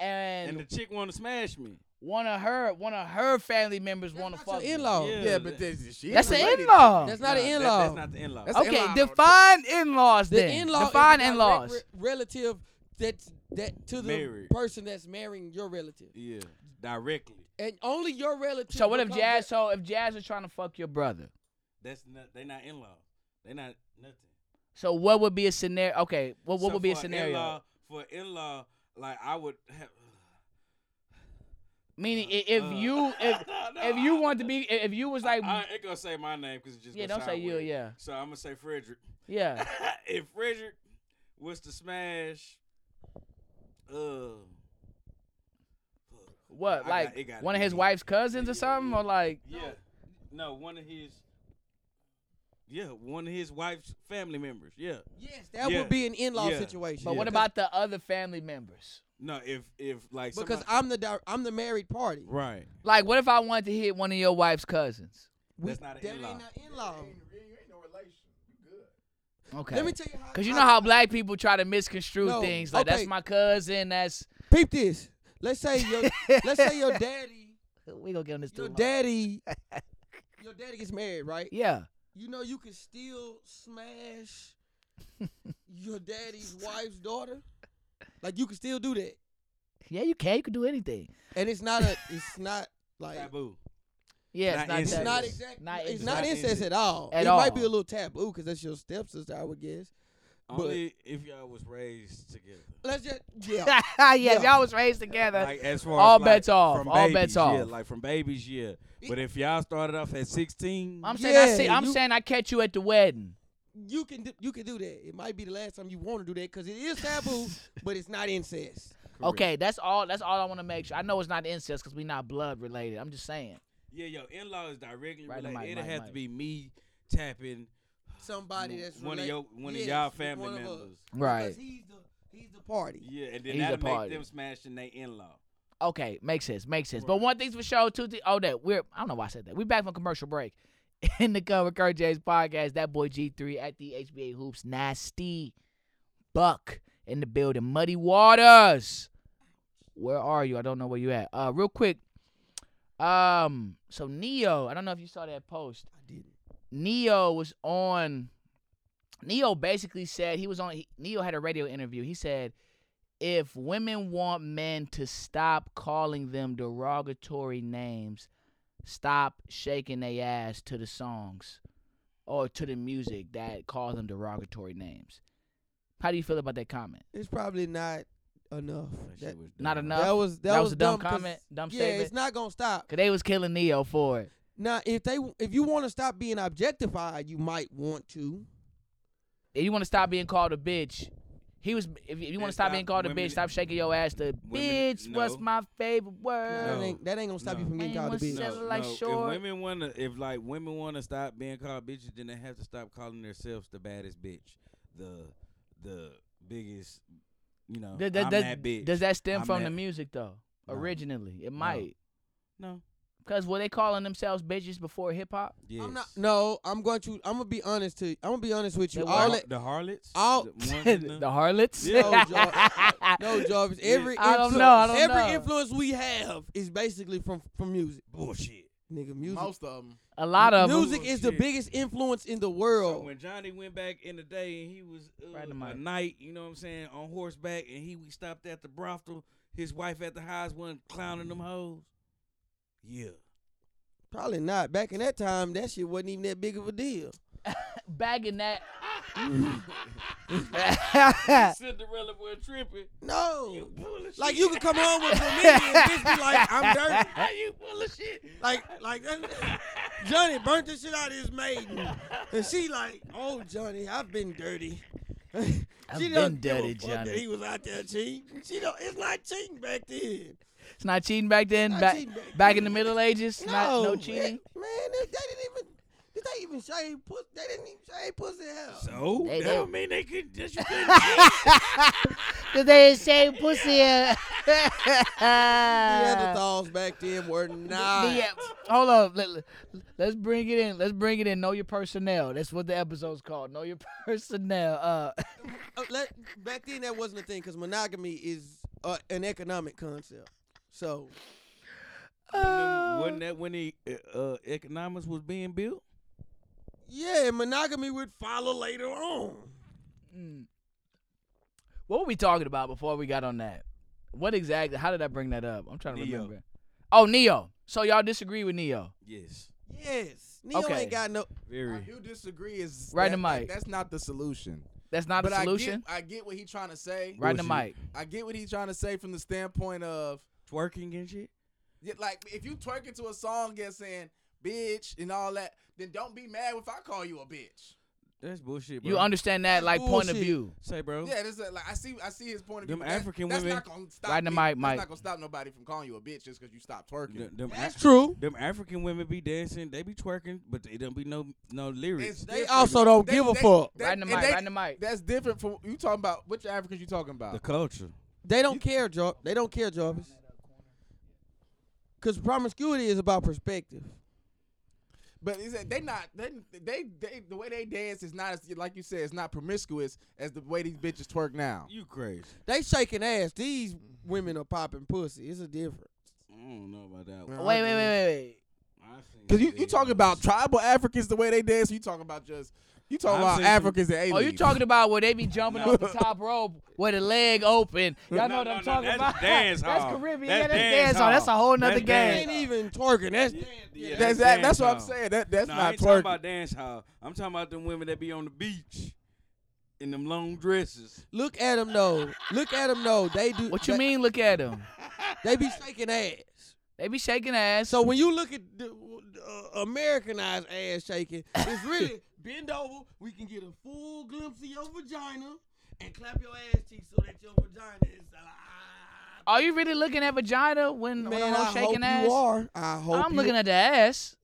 Speaker 1: and,
Speaker 2: And the chick want to smash me.
Speaker 1: one of her one of her family members want to
Speaker 5: That's not
Speaker 1: fuck
Speaker 5: your
Speaker 1: me.
Speaker 5: in-law.
Speaker 2: Yeah.
Speaker 4: Yeah, but that's she.
Speaker 1: That's
Speaker 4: related
Speaker 1: an
Speaker 4: to-
Speaker 1: in law.
Speaker 5: That's not an
Speaker 2: Nah, that-
Speaker 5: in-law.
Speaker 2: that's not the in-law.
Speaker 4: That's-
Speaker 1: Okay,
Speaker 4: in-law.
Speaker 1: define in laws
Speaker 5: The
Speaker 1: then.
Speaker 5: in-law
Speaker 1: define
Speaker 5: is the
Speaker 1: in laws.
Speaker 5: direct re- relative that's that to the
Speaker 2: Married.
Speaker 5: person that's marrying your relative,
Speaker 2: yeah, directly.
Speaker 5: and only your relative.
Speaker 1: so what if
Speaker 5: becomes
Speaker 1: Jazz? So if Jazz was trying to fuck your brother,
Speaker 2: That's not. They not in-law. They not nothing.
Speaker 1: so what would be a scenario? Okay, what what
Speaker 2: So
Speaker 1: would be a
Speaker 2: for
Speaker 1: scenario?
Speaker 2: In-law, for in-law, like I would have.
Speaker 1: Meaning i- if
Speaker 2: Uh,
Speaker 1: you if
Speaker 2: No, no,
Speaker 1: if you want to be if you was like
Speaker 2: I, I ain't gonna say my name because just
Speaker 1: Yeah,
Speaker 2: gonna
Speaker 1: don't say
Speaker 2: sound
Speaker 1: you,
Speaker 2: weird.
Speaker 1: yeah.
Speaker 2: So I'm gonna say Frederick. (laughs)
Speaker 1: yeah
Speaker 2: if Frederick was to smash, uh, I
Speaker 1: what
Speaker 2: got-
Speaker 1: like
Speaker 2: it gotta
Speaker 1: one of
Speaker 2: be
Speaker 1: his
Speaker 2: me.
Speaker 1: wife's cousins
Speaker 2: Yeah,
Speaker 1: or something or like
Speaker 2: yeah, no, one of his, yeah, one of his wife's family members, yeah.
Speaker 5: Yes, that
Speaker 2: Yeah.
Speaker 5: would be an in-law
Speaker 2: Yeah.
Speaker 5: situation.
Speaker 1: but
Speaker 2: Yeah.
Speaker 1: what about the other family members
Speaker 2: No, if if like
Speaker 5: Because
Speaker 2: somebody-
Speaker 5: I'm the di- I'm the married party.
Speaker 2: right,
Speaker 1: like what if I wanted to hit one of your wife's cousins
Speaker 5: We-
Speaker 2: That's not an
Speaker 5: that
Speaker 2: in-law.
Speaker 5: ain't an in-law.
Speaker 1: okay
Speaker 5: Let me tell you how.
Speaker 1: Cause you know how black people try to misconstrue
Speaker 5: No,
Speaker 1: things. Like that's
Speaker 5: okay.
Speaker 1: my cousin. That's
Speaker 5: peep this. Let's say your
Speaker 1: (laughs)
Speaker 5: let's say your daddy
Speaker 1: we gonna get on this too.
Speaker 5: your
Speaker 1: long. (laughs)
Speaker 5: daddy your daddy gets married, right?
Speaker 1: Yeah.
Speaker 5: You know you can still
Speaker 1: (laughs)
Speaker 5: smash your daddy's wife's daughter. Like you can still do that,
Speaker 1: Yeah, you can. You can do anything.
Speaker 5: and it's not a
Speaker 2: (laughs)
Speaker 5: it's not like
Speaker 2: taboo.
Speaker 1: Yeah,
Speaker 2: Not
Speaker 1: it's not. (laughs)
Speaker 5: it's not
Speaker 1: that-
Speaker 2: incest.
Speaker 5: exactly
Speaker 1: Not
Speaker 5: it's
Speaker 1: incest.
Speaker 5: not incest at all.
Speaker 1: At
Speaker 5: it might be a
Speaker 1: all.
Speaker 5: little taboo because that's your stepsister, I would guess.
Speaker 2: Only if y'all was raised together.
Speaker 5: Let's just yeah.
Speaker 1: yeah, if
Speaker 5: Yeah.
Speaker 1: y'all was raised together.
Speaker 2: Like as far
Speaker 1: All
Speaker 2: as, like,
Speaker 1: bets off,
Speaker 2: From
Speaker 1: all
Speaker 2: babies,
Speaker 1: bets
Speaker 2: yeah,
Speaker 1: off.
Speaker 2: Like from babies, yeah. But if y'all started off at sixteen,
Speaker 1: I'm saying I
Speaker 5: Yeah,
Speaker 1: see, I'm
Speaker 5: you-
Speaker 1: saying I catch you at the wedding.
Speaker 5: you can do, you can do that. It might be the last time you want to do that because it is
Speaker 2: (laughs)
Speaker 5: taboo, but it's not incest.
Speaker 2: correct.
Speaker 1: Okay, that's all. That's all I want to make sure. I know it's not incest because we not blood related. I'm just saying.
Speaker 2: Yeah, yo, in law is directly
Speaker 1: Right,
Speaker 2: related.
Speaker 1: Mike,
Speaker 2: It'd
Speaker 1: Mike,
Speaker 2: have
Speaker 1: Mike.
Speaker 2: to be me tapping
Speaker 5: Somebody that's
Speaker 2: one
Speaker 5: relate-
Speaker 2: of your one
Speaker 5: Yes,
Speaker 2: of y'all
Speaker 5: it's
Speaker 2: family
Speaker 5: one of us.
Speaker 2: members.
Speaker 1: Right.
Speaker 5: Because he's the he's the party.
Speaker 2: Yeah, and then
Speaker 1: He's a
Speaker 2: that'll make
Speaker 1: party.
Speaker 2: them smashing they in law.
Speaker 1: Okay, makes sense, makes sense. But
Speaker 2: Right.
Speaker 1: one thing's for sure, two things. Oh, that we're. I don't know why I said that. We back from commercial break. (laughs) In the cover, Kurt James podcast. That boy G three at the HBA hoops. Nasty Buck in the building. Muddy Waters. Where are you? I don't know where you at. Uh, real quick. Um, so Neo. I don't know if you saw that post.
Speaker 5: I didn't.
Speaker 1: Neo was on. Neo basically said he was on. He, Neo had a radio interview. He said, "If women want men to stop calling them derogatory names, stop shaking their ass to the songs or to the music that calls them derogatory names." How do you feel about that comment?
Speaker 5: It's probably not enough. That,
Speaker 1: Not enough.
Speaker 5: that was that,
Speaker 1: That was a dumb
Speaker 5: 'cause-
Speaker 1: comment, dumb
Speaker 5: yeah,
Speaker 1: statement.
Speaker 5: it's not gonna stop.
Speaker 1: Cause they was killing Neo for it.
Speaker 5: Now, if they if you want to stop being objectified, you might want to.
Speaker 1: If you want to stop being called a bitch, he was. If if you want
Speaker 2: And
Speaker 1: to stop
Speaker 2: stop
Speaker 1: being called a
Speaker 2: women-
Speaker 1: bitch, stop shaking your ass to
Speaker 2: women-
Speaker 1: bitch. What's
Speaker 2: no.
Speaker 1: my favorite
Speaker 2: No.
Speaker 5: That
Speaker 1: word?
Speaker 5: ain't that ain't gonna stop
Speaker 2: No.
Speaker 5: you from being
Speaker 1: Man,
Speaker 5: called a
Speaker 1: what's
Speaker 5: bitch.
Speaker 1: up?
Speaker 2: No,
Speaker 1: Like
Speaker 2: no.
Speaker 1: short-
Speaker 2: If women wanna, if like women wanna stop being called bitches, then they have to stop calling themselves the baddest bitch, the the biggest, you know,
Speaker 1: Th- th-
Speaker 2: Oh, I'm
Speaker 1: th-
Speaker 2: that bitch.
Speaker 1: Does that stem
Speaker 2: I'm
Speaker 1: from the
Speaker 2: that-
Speaker 1: music though?
Speaker 2: No.
Speaker 1: Originally, it might.
Speaker 2: no?
Speaker 1: Cause were they calling themselves bitches before hip
Speaker 2: (laughs)
Speaker 1: hop?
Speaker 2: Yes.
Speaker 5: I'm not. No, I'm going to. I'm gonna be honest to. you. I'm gonna be honest with you.
Speaker 1: They
Speaker 2: the, har-
Speaker 5: All that,
Speaker 2: the harlots.
Speaker 5: all-
Speaker 2: the ones
Speaker 5: (laughs)
Speaker 2: in the-
Speaker 1: the harlots.
Speaker 2: Yeah. uh,
Speaker 1: (laughs)
Speaker 5: No, Jar- no, Jarvis.
Speaker 2: Yeah.
Speaker 5: Every
Speaker 1: I don't
Speaker 5: influence,
Speaker 1: know, I don't
Speaker 5: every
Speaker 1: know.
Speaker 5: influence we have is basically from from music.
Speaker 2: bullshit.
Speaker 5: Nigga, music.
Speaker 4: Most of them.
Speaker 1: a lot of 'em.
Speaker 5: music is the
Speaker 2: Bullshit.
Speaker 5: biggest influence in the
Speaker 2: So
Speaker 5: world.
Speaker 2: when Johnny went back in the day and he was uh,
Speaker 1: Right in the
Speaker 2: a
Speaker 1: mic.
Speaker 2: knight, you know what I'm saying, on horseback, and he we stopped at the brothel. His wife at the highest one clowning them hoes. Yeah.
Speaker 5: Probably not. Back in that time, that shit wasn't even that big of a deal.
Speaker 1: bagging that.
Speaker 2: Cinderella was tripping.
Speaker 5: No.
Speaker 2: full of
Speaker 5: Like
Speaker 2: shit.
Speaker 5: you could come home with chlamydia and bitch be like, I'm dirty.
Speaker 2: (laughs) How you full of shit?
Speaker 5: Like like that- Johnny burnt the shit out of his maiden. And she like, oh Johnny, I've been dirty. (laughs) I've
Speaker 1: been dirty, Johnny.
Speaker 5: He was out there cheating. She don't, it's not cheating back then.
Speaker 1: it's not cheating back then.
Speaker 5: Not
Speaker 1: back,
Speaker 5: cheating back
Speaker 1: back in
Speaker 5: then.
Speaker 1: the Middle Ages, not no
Speaker 5: man.
Speaker 1: cheating.
Speaker 5: Man, they, they didn't even did they even shave pussy? They didn't even shave pussy hell.
Speaker 2: So
Speaker 1: They
Speaker 2: that
Speaker 1: don't.
Speaker 2: don't mean they could. That you couldn't cheat.
Speaker 1: (laughs) Cause they didn't say
Speaker 2: (laughs)
Speaker 1: pussy. Uh,
Speaker 5: Neanderthals back then were
Speaker 1: (laughs)
Speaker 5: not.
Speaker 1: Yeah, hold on. Let, us bring it in. Let's bring it in. Know your personnel. That's what the episode's called. Know your (laughs) personnel. Uh,
Speaker 5: Uh, let- back then that wasn't a thing because monogamy is uh, an economic concept. So
Speaker 1: uh,
Speaker 2: Wasn't that when the uh, uh, economics was being built?
Speaker 5: yeah, monogamy would follow later on.
Speaker 1: mm. What were we talking about before we got on that? What exactly? How did I bring that up? I'm trying to
Speaker 2: Neo.
Speaker 1: remember. Oh, Neo. So y'all disagree with Neo?
Speaker 2: Yes.
Speaker 5: Yes, Neo
Speaker 1: Okay.
Speaker 5: ain't got no.
Speaker 2: Very.
Speaker 4: You disagree is
Speaker 1: Right
Speaker 4: that-
Speaker 1: in the
Speaker 4: like,
Speaker 1: mic.
Speaker 4: That's not the solution.
Speaker 1: That's not
Speaker 4: but
Speaker 1: a solution.
Speaker 4: I get, I get what he's trying to say.
Speaker 1: right in the mic.
Speaker 2: Bullshit.
Speaker 4: I get what he's trying to say from the standpoint of
Speaker 2: Twerking and shit.
Speaker 4: Yeah, like if you twerking to a song and saying bitch and all that, then don't be mad if I call you a bitch.
Speaker 2: That's bullshit, bro.
Speaker 1: You understand that like point of
Speaker 5: Bullshit.
Speaker 1: view?
Speaker 2: Say, bro.
Speaker 4: Yeah, this is like I see I see his point of view.
Speaker 2: Them
Speaker 4: but that-
Speaker 2: African
Speaker 4: that's
Speaker 2: women-
Speaker 4: not gonna stop
Speaker 1: Right in the
Speaker 4: me-
Speaker 1: mic,
Speaker 4: That's
Speaker 1: Mike.
Speaker 4: not gonna stop nobody from calling you a bitch just because you stopped twerking.
Speaker 2: Them, them
Speaker 5: That's
Speaker 2: Af-
Speaker 5: true.
Speaker 2: Them African women be dancing, they be twerking, but they don't be no no lyrics.
Speaker 4: It's
Speaker 5: They
Speaker 4: different.
Speaker 5: also don't
Speaker 4: They-
Speaker 5: give a
Speaker 4: they-
Speaker 5: fuck.
Speaker 4: they-
Speaker 1: Right in the
Speaker 4: and
Speaker 1: mic.
Speaker 4: they-
Speaker 1: Right in the mic.
Speaker 4: That's different from you talking about. Which Africans you talking about?
Speaker 2: the culture.
Speaker 5: They don't care, Jar. They don't care, Jarvis. Cause promiscuity is about perspective.
Speaker 4: But is that they not they, they they the way they dance is not as like you said it's not promiscuous as the way these bitches twerk now.
Speaker 2: You crazy.
Speaker 5: They shaking ass. These women are popping pussy. It's a difference.
Speaker 2: I don't know about that one.
Speaker 5: I
Speaker 1: Wait, wait, wait, wait,
Speaker 2: I seen
Speaker 4: Cause you, you
Speaker 2: videos.
Speaker 4: talking about tribal Africans the way they dance. You talking about just you talking
Speaker 2: I've
Speaker 4: about
Speaker 2: seen some-
Speaker 4: Africans that
Speaker 1: wait.
Speaker 4: ain't.
Speaker 1: Oh, you talking about where they be jumping off the top rope with a leg open? Y'all know
Speaker 2: No,
Speaker 1: what
Speaker 2: no,
Speaker 1: I'm
Speaker 2: no,
Speaker 1: talking
Speaker 2: that's
Speaker 1: about?
Speaker 2: dance hall.
Speaker 1: (laughs) that's Caribbean.
Speaker 2: That's
Speaker 1: yeah, that's
Speaker 2: dance
Speaker 1: dance hall.
Speaker 2: hall.
Speaker 1: That's a whole nother
Speaker 2: That's
Speaker 1: game.
Speaker 2: dance
Speaker 5: Ain't even twerking. That's
Speaker 2: Yeah, yeah,
Speaker 4: That's that, that's what I'm
Speaker 2: dance hall.
Speaker 4: saying. That that's
Speaker 2: No, I
Speaker 4: not
Speaker 2: ain't talking
Speaker 4: twerking.
Speaker 2: about dance hall. I'm talking about them women that be on the beach in them long dresses.
Speaker 5: Look at them though. Look at them though. They do.
Speaker 1: What you
Speaker 5: they-
Speaker 1: mean? Look at them.
Speaker 5: They be shaking ass.
Speaker 1: They be shaking ass.
Speaker 5: So when you look at the uh, Americanized ass shaking,
Speaker 1: (laughs)
Speaker 5: it's really
Speaker 3: Bend over. We can get a full glimpse of your vagina and clap your ass cheeks so that your vagina is
Speaker 5: uh,
Speaker 3: alive.
Speaker 1: are you really looking at vagina when when
Speaker 5: man.
Speaker 1: I'm
Speaker 5: I
Speaker 1: shaking
Speaker 5: hope
Speaker 1: ass?
Speaker 5: you are. I hope
Speaker 1: I'm
Speaker 5: you-
Speaker 1: looking at the ass.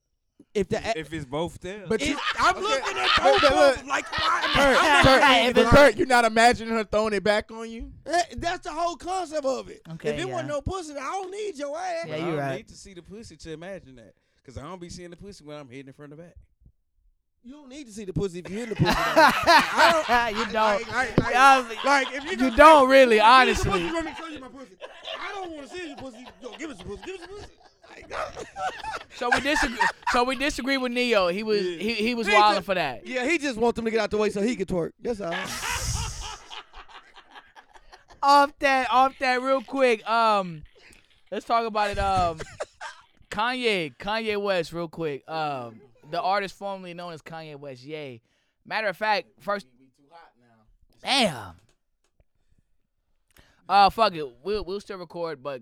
Speaker 5: if the a-
Speaker 2: If it's both there.
Speaker 4: But you,
Speaker 5: I'm
Speaker 4: Okay.
Speaker 5: looking at
Speaker 4: But-
Speaker 5: both
Speaker 4: but
Speaker 5: of
Speaker 4: look.
Speaker 5: them like why-
Speaker 4: Bert, Bert,
Speaker 1: If it's-
Speaker 4: Bert, you not imagining her throwing it back on you?
Speaker 5: that- eh, that's the whole concept of it.
Speaker 1: Okay,
Speaker 5: if it
Speaker 1: yeah.
Speaker 5: wasn't no pussy, I don't need your ass.
Speaker 1: Yeah,
Speaker 2: I
Speaker 1: you
Speaker 2: don't
Speaker 1: right.
Speaker 2: need to see the pussy to imagine that. Because I don't be seeing the pussy when I'm hitting it from the back.
Speaker 5: You don't need to see the pussy if you're in
Speaker 1: (laughs)
Speaker 5: the pussy. (laughs) I don't.
Speaker 1: you don't.
Speaker 5: Like, like,
Speaker 1: Uh,
Speaker 5: like, if you
Speaker 1: You don't really,
Speaker 5: You
Speaker 1: honestly.
Speaker 5: want me to show you my pussy? I don't want to see your pussy. Yo, give us your pussy. Give us your pussy. Like,
Speaker 1: So we disagree. so we disagree with Neo. He was he, he was wilding for that.
Speaker 5: yeah, he just wants them to get out the way so he could twerk. That's all.
Speaker 1: off that off that real quick. Um, let's talk about it. Um, Kanye Kanye West real quick. Um, the artist formerly known as Kanye West. Yay. Matter of fact, first. Damn. Uh, fuck it. We'll we'll still record, but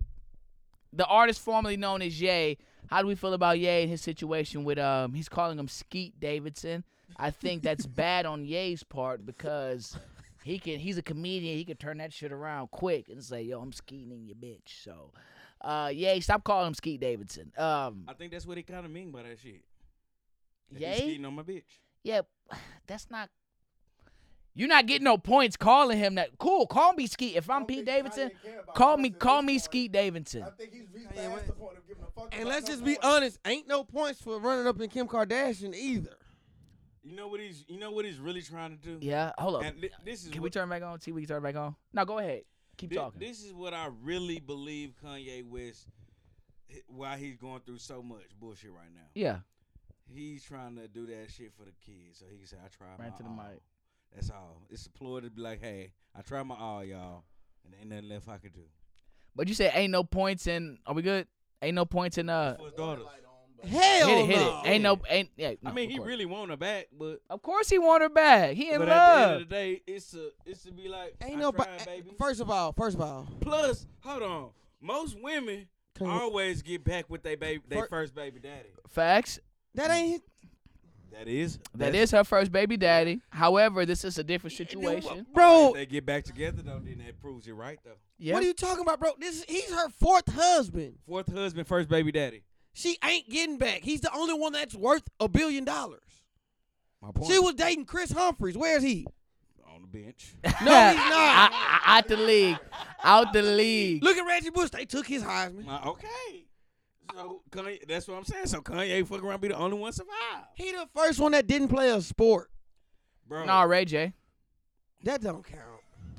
Speaker 1: the artist formerly known as Ye. How do we feel about Ye and his situation with um? He's calling him Skeet Davidson. I think that's bad on Ye's part because he can. He's a comedian. He can turn that shit around quick and say, "Yo, I'm skeeting your bitch." So, uh, Ye, stop calling him Skeet Davidson. Um,
Speaker 2: I think that's what he kind of mean by that shit. That he
Speaker 1: Ye,
Speaker 2: cheating on my bitch.
Speaker 1: yeah, (sighs) that's not. You're not getting no points calling him that. Cool, call me Skeet. If I'm Pete Davidson, call me call me Skeet Davidson.
Speaker 4: think he's reached
Speaker 5: past West. the
Speaker 4: point of giving a fuck.
Speaker 5: And let's just be honest, ain't no points for running up in Kim Kardashian either.
Speaker 2: You know what he's you know what he's really trying to do?
Speaker 1: Yeah, hold up.
Speaker 2: And thi- this is
Speaker 1: Can we
Speaker 2: what,
Speaker 1: turn back on? See, we can turn back on. No, go ahead. Keep
Speaker 2: thi-
Speaker 1: talking.
Speaker 2: This is what I really believe Kanye West h- why he's going through so much bullshit right now.
Speaker 1: yeah.
Speaker 2: He's trying to do that shit for the kids. So he can say, I tried
Speaker 1: Right
Speaker 2: my
Speaker 1: to the
Speaker 2: all."
Speaker 1: mic.
Speaker 2: That's all. It's a ploy to be like, hey, I tried my all, y'all. And ain't nothing left I could do.
Speaker 1: But you said ain't no points in. Are we good? Ain't no points in. Uh,
Speaker 2: For his daughters.
Speaker 5: Hell
Speaker 1: hit it, hit
Speaker 5: no.
Speaker 1: it. Ain't no, ain't. Yeah. no,
Speaker 2: I mean,
Speaker 1: of
Speaker 2: he
Speaker 1: course.
Speaker 2: really want her back, but
Speaker 1: Of course, he want her back. He in
Speaker 2: but at the end
Speaker 1: love.
Speaker 2: of the day, it's to it's to be like
Speaker 5: Ain't
Speaker 2: I
Speaker 5: no
Speaker 2: tried,
Speaker 1: eh,
Speaker 5: po-
Speaker 2: baby.
Speaker 5: First of all, first of all,
Speaker 2: Plus, hold on, most women
Speaker 5: Can you-
Speaker 2: always get back with their baby, their
Speaker 5: Fir-
Speaker 2: first baby daddy.
Speaker 1: Facts.
Speaker 5: that ain't
Speaker 2: That is
Speaker 1: That is her first baby daddy. However, this is a different situation.
Speaker 5: bro.
Speaker 2: If they get back together though, then that proves it right though.
Speaker 1: Yeah.
Speaker 5: What are you talking about, bro? This he's her fourth husband.
Speaker 2: Fourth husband, first baby daddy.
Speaker 5: She ain't getting back. He's the only one that's worth a billion dollars.
Speaker 2: My point.
Speaker 5: She was dating Chris Humphries. Where's he?
Speaker 2: on the bench.
Speaker 5: No, he's not.
Speaker 1: I- I- out the league. Out the league.
Speaker 5: Look at Reggie Bush. They took his
Speaker 1: (laughs)
Speaker 5: Heisman.
Speaker 2: My- okay. So Kanye, that's what I'm saying. So Kanye fuck around be the only one survive,
Speaker 5: He the first one that didn't play a sport.
Speaker 2: bro.
Speaker 1: Nah, Ray J.
Speaker 5: That don't count.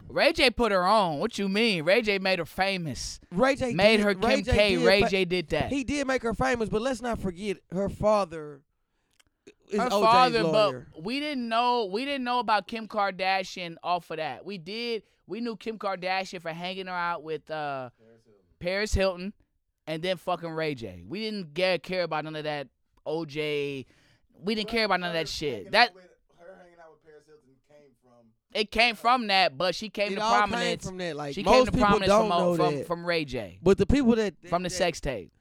Speaker 1: Ray J put her on. What you mean? Ray J made her famous.
Speaker 5: Ray J
Speaker 1: Made
Speaker 5: did-
Speaker 1: her
Speaker 5: Ray
Speaker 1: Kim
Speaker 5: J
Speaker 1: K.
Speaker 5: did
Speaker 1: Ray
Speaker 5: fa-
Speaker 1: J did that.
Speaker 5: He did make her famous, but let's not forget her father. Is
Speaker 1: her
Speaker 5: OJ's
Speaker 1: father,
Speaker 5: lawyer.
Speaker 1: but we didn't know we didn't know about Kim Kardashian off of that. We did we knew Kim Kardashian for hanging her out with uh Paris Hilton and then fucking Ray J. We didn't get, care about none of that OJ. We didn't care about none of that shit. That
Speaker 4: her hanging out with Paris Hilton came from.
Speaker 1: it came from that, but she came
Speaker 5: it
Speaker 1: to
Speaker 5: all
Speaker 1: prominence.
Speaker 5: came from that. Like
Speaker 1: she
Speaker 5: most
Speaker 1: came to
Speaker 5: people
Speaker 1: prominence
Speaker 5: don't
Speaker 1: from, O-
Speaker 5: know
Speaker 1: from,
Speaker 5: that.
Speaker 1: from Ray J.
Speaker 5: but the people that
Speaker 1: From the
Speaker 5: that-
Speaker 1: sex tape.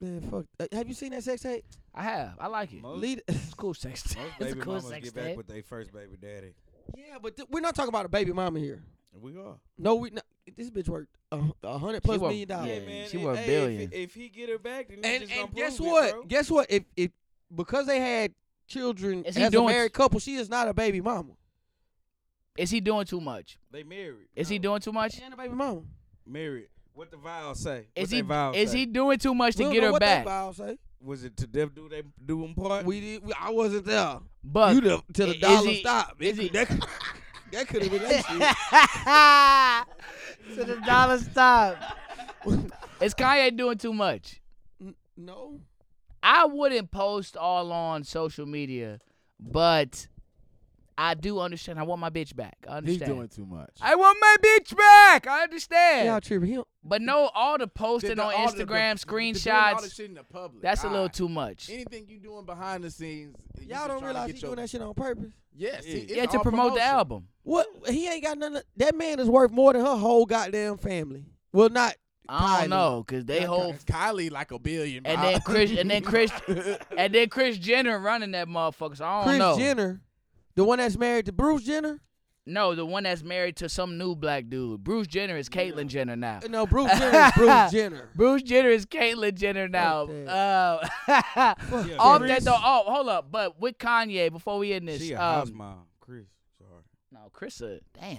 Speaker 5: Man, fuck. Uh, have you seen that sex tape?
Speaker 1: I have. I like it.
Speaker 2: Most,
Speaker 5: Lead. (laughs)
Speaker 1: It's a cool sex tape.
Speaker 2: most
Speaker 1: It's a
Speaker 2: baby
Speaker 1: cool
Speaker 2: mamas
Speaker 1: sex
Speaker 2: get back
Speaker 1: tape.
Speaker 2: with their first baby daddy.
Speaker 5: yeah, but th- we're not talking about a baby mama here.
Speaker 2: And we are.
Speaker 5: No, we. No, this bitch worked a a hundred plus
Speaker 1: She worth-
Speaker 5: million dollars.
Speaker 1: Yeah,
Speaker 2: Yeah, man.
Speaker 1: she
Speaker 2: and,
Speaker 1: worth
Speaker 2: hey,
Speaker 1: billion.
Speaker 2: If, if he get her back, then he
Speaker 5: And
Speaker 2: just gonna
Speaker 5: and
Speaker 2: prove
Speaker 5: guess
Speaker 2: it,
Speaker 5: what?
Speaker 2: bro.
Speaker 5: guess what? If if because they had children
Speaker 1: Is he
Speaker 5: as a
Speaker 1: doing-
Speaker 5: married couple, she is not a baby mama.
Speaker 1: Is he doing too much?
Speaker 2: They married.
Speaker 1: Is he
Speaker 2: No,
Speaker 1: doing too much?
Speaker 5: She ain't a baby mama.
Speaker 2: married? What the vow say?
Speaker 1: Is
Speaker 2: what they
Speaker 1: he
Speaker 2: vow
Speaker 1: is
Speaker 2: say?
Speaker 1: he doing too much
Speaker 5: we
Speaker 1: to
Speaker 5: don't
Speaker 1: get
Speaker 5: know
Speaker 1: her
Speaker 5: what they
Speaker 1: back?
Speaker 5: vows say.
Speaker 2: Was it to death do they do him part?
Speaker 5: We did. We, I wasn't there.
Speaker 1: But (laughs)
Speaker 5: you the till the
Speaker 1: Uh, is
Speaker 5: dollar
Speaker 1: he-
Speaker 5: stop. It
Speaker 1: is
Speaker 5: could-
Speaker 1: he-
Speaker 5: that could- that could have been that
Speaker 1: (laughs)
Speaker 5: shit.
Speaker 1: to the dollar stop. Is Kanye doing too much?
Speaker 5: N- No.
Speaker 1: I wouldn't post all on social media, but I do understand. I want my bitch back. I
Speaker 4: He's
Speaker 1: understand.
Speaker 4: doing too much.
Speaker 1: I want my bitch back. I understand.
Speaker 5: Y'all tripping him.
Speaker 1: But no, all the posting
Speaker 4: Did the-
Speaker 1: on
Speaker 4: all the- the-
Speaker 1: Instagram
Speaker 4: the- doing all the
Speaker 1: screenshots.
Speaker 4: shit in the public.
Speaker 1: That's a little
Speaker 4: God.
Speaker 1: too much.
Speaker 4: Anything you doing behind the scenes, you just
Speaker 5: Y'all
Speaker 4: trying
Speaker 5: don't
Speaker 4: to
Speaker 5: realize
Speaker 4: get
Speaker 5: he's
Speaker 4: your-
Speaker 5: doing that shit on purpose.
Speaker 4: Yes,
Speaker 2: Yeah.
Speaker 4: it's
Speaker 1: Yeah, to
Speaker 4: all
Speaker 1: promote the
Speaker 4: promotion.
Speaker 1: album.
Speaker 5: What? He ain't got nothing. That man is worth more than her whole goddamn family. Well, not.
Speaker 1: I
Speaker 5: Kylie.
Speaker 1: don't know, cause they whole
Speaker 4: Kylie like a billion.
Speaker 1: and
Speaker 4: miles.
Speaker 1: then Chris and
Speaker 4: (laughs)
Speaker 1: then Chris and then Chris Jenner running that motherfucker. So I don't
Speaker 5: Chris
Speaker 1: know.
Speaker 5: Jenner, the one that's married to Bruce Jenner.
Speaker 1: No, the one that's married to some new black dude. Bruce Jenner is Caitlyn Jenner now.
Speaker 5: No, Bruce Jenner.
Speaker 1: (laughs)
Speaker 5: is Bruce Jenner.
Speaker 1: Bruce Jenner is Caitlyn Jenner now. Uh, (laughs)
Speaker 2: Yeah,
Speaker 1: off
Speaker 2: Chris-
Speaker 1: that though. Oh, hold up. But with Kanye, before we end this,
Speaker 2: She a house
Speaker 1: um,
Speaker 2: mom, Chris. Sorry.
Speaker 1: no, Chris, uh, damn,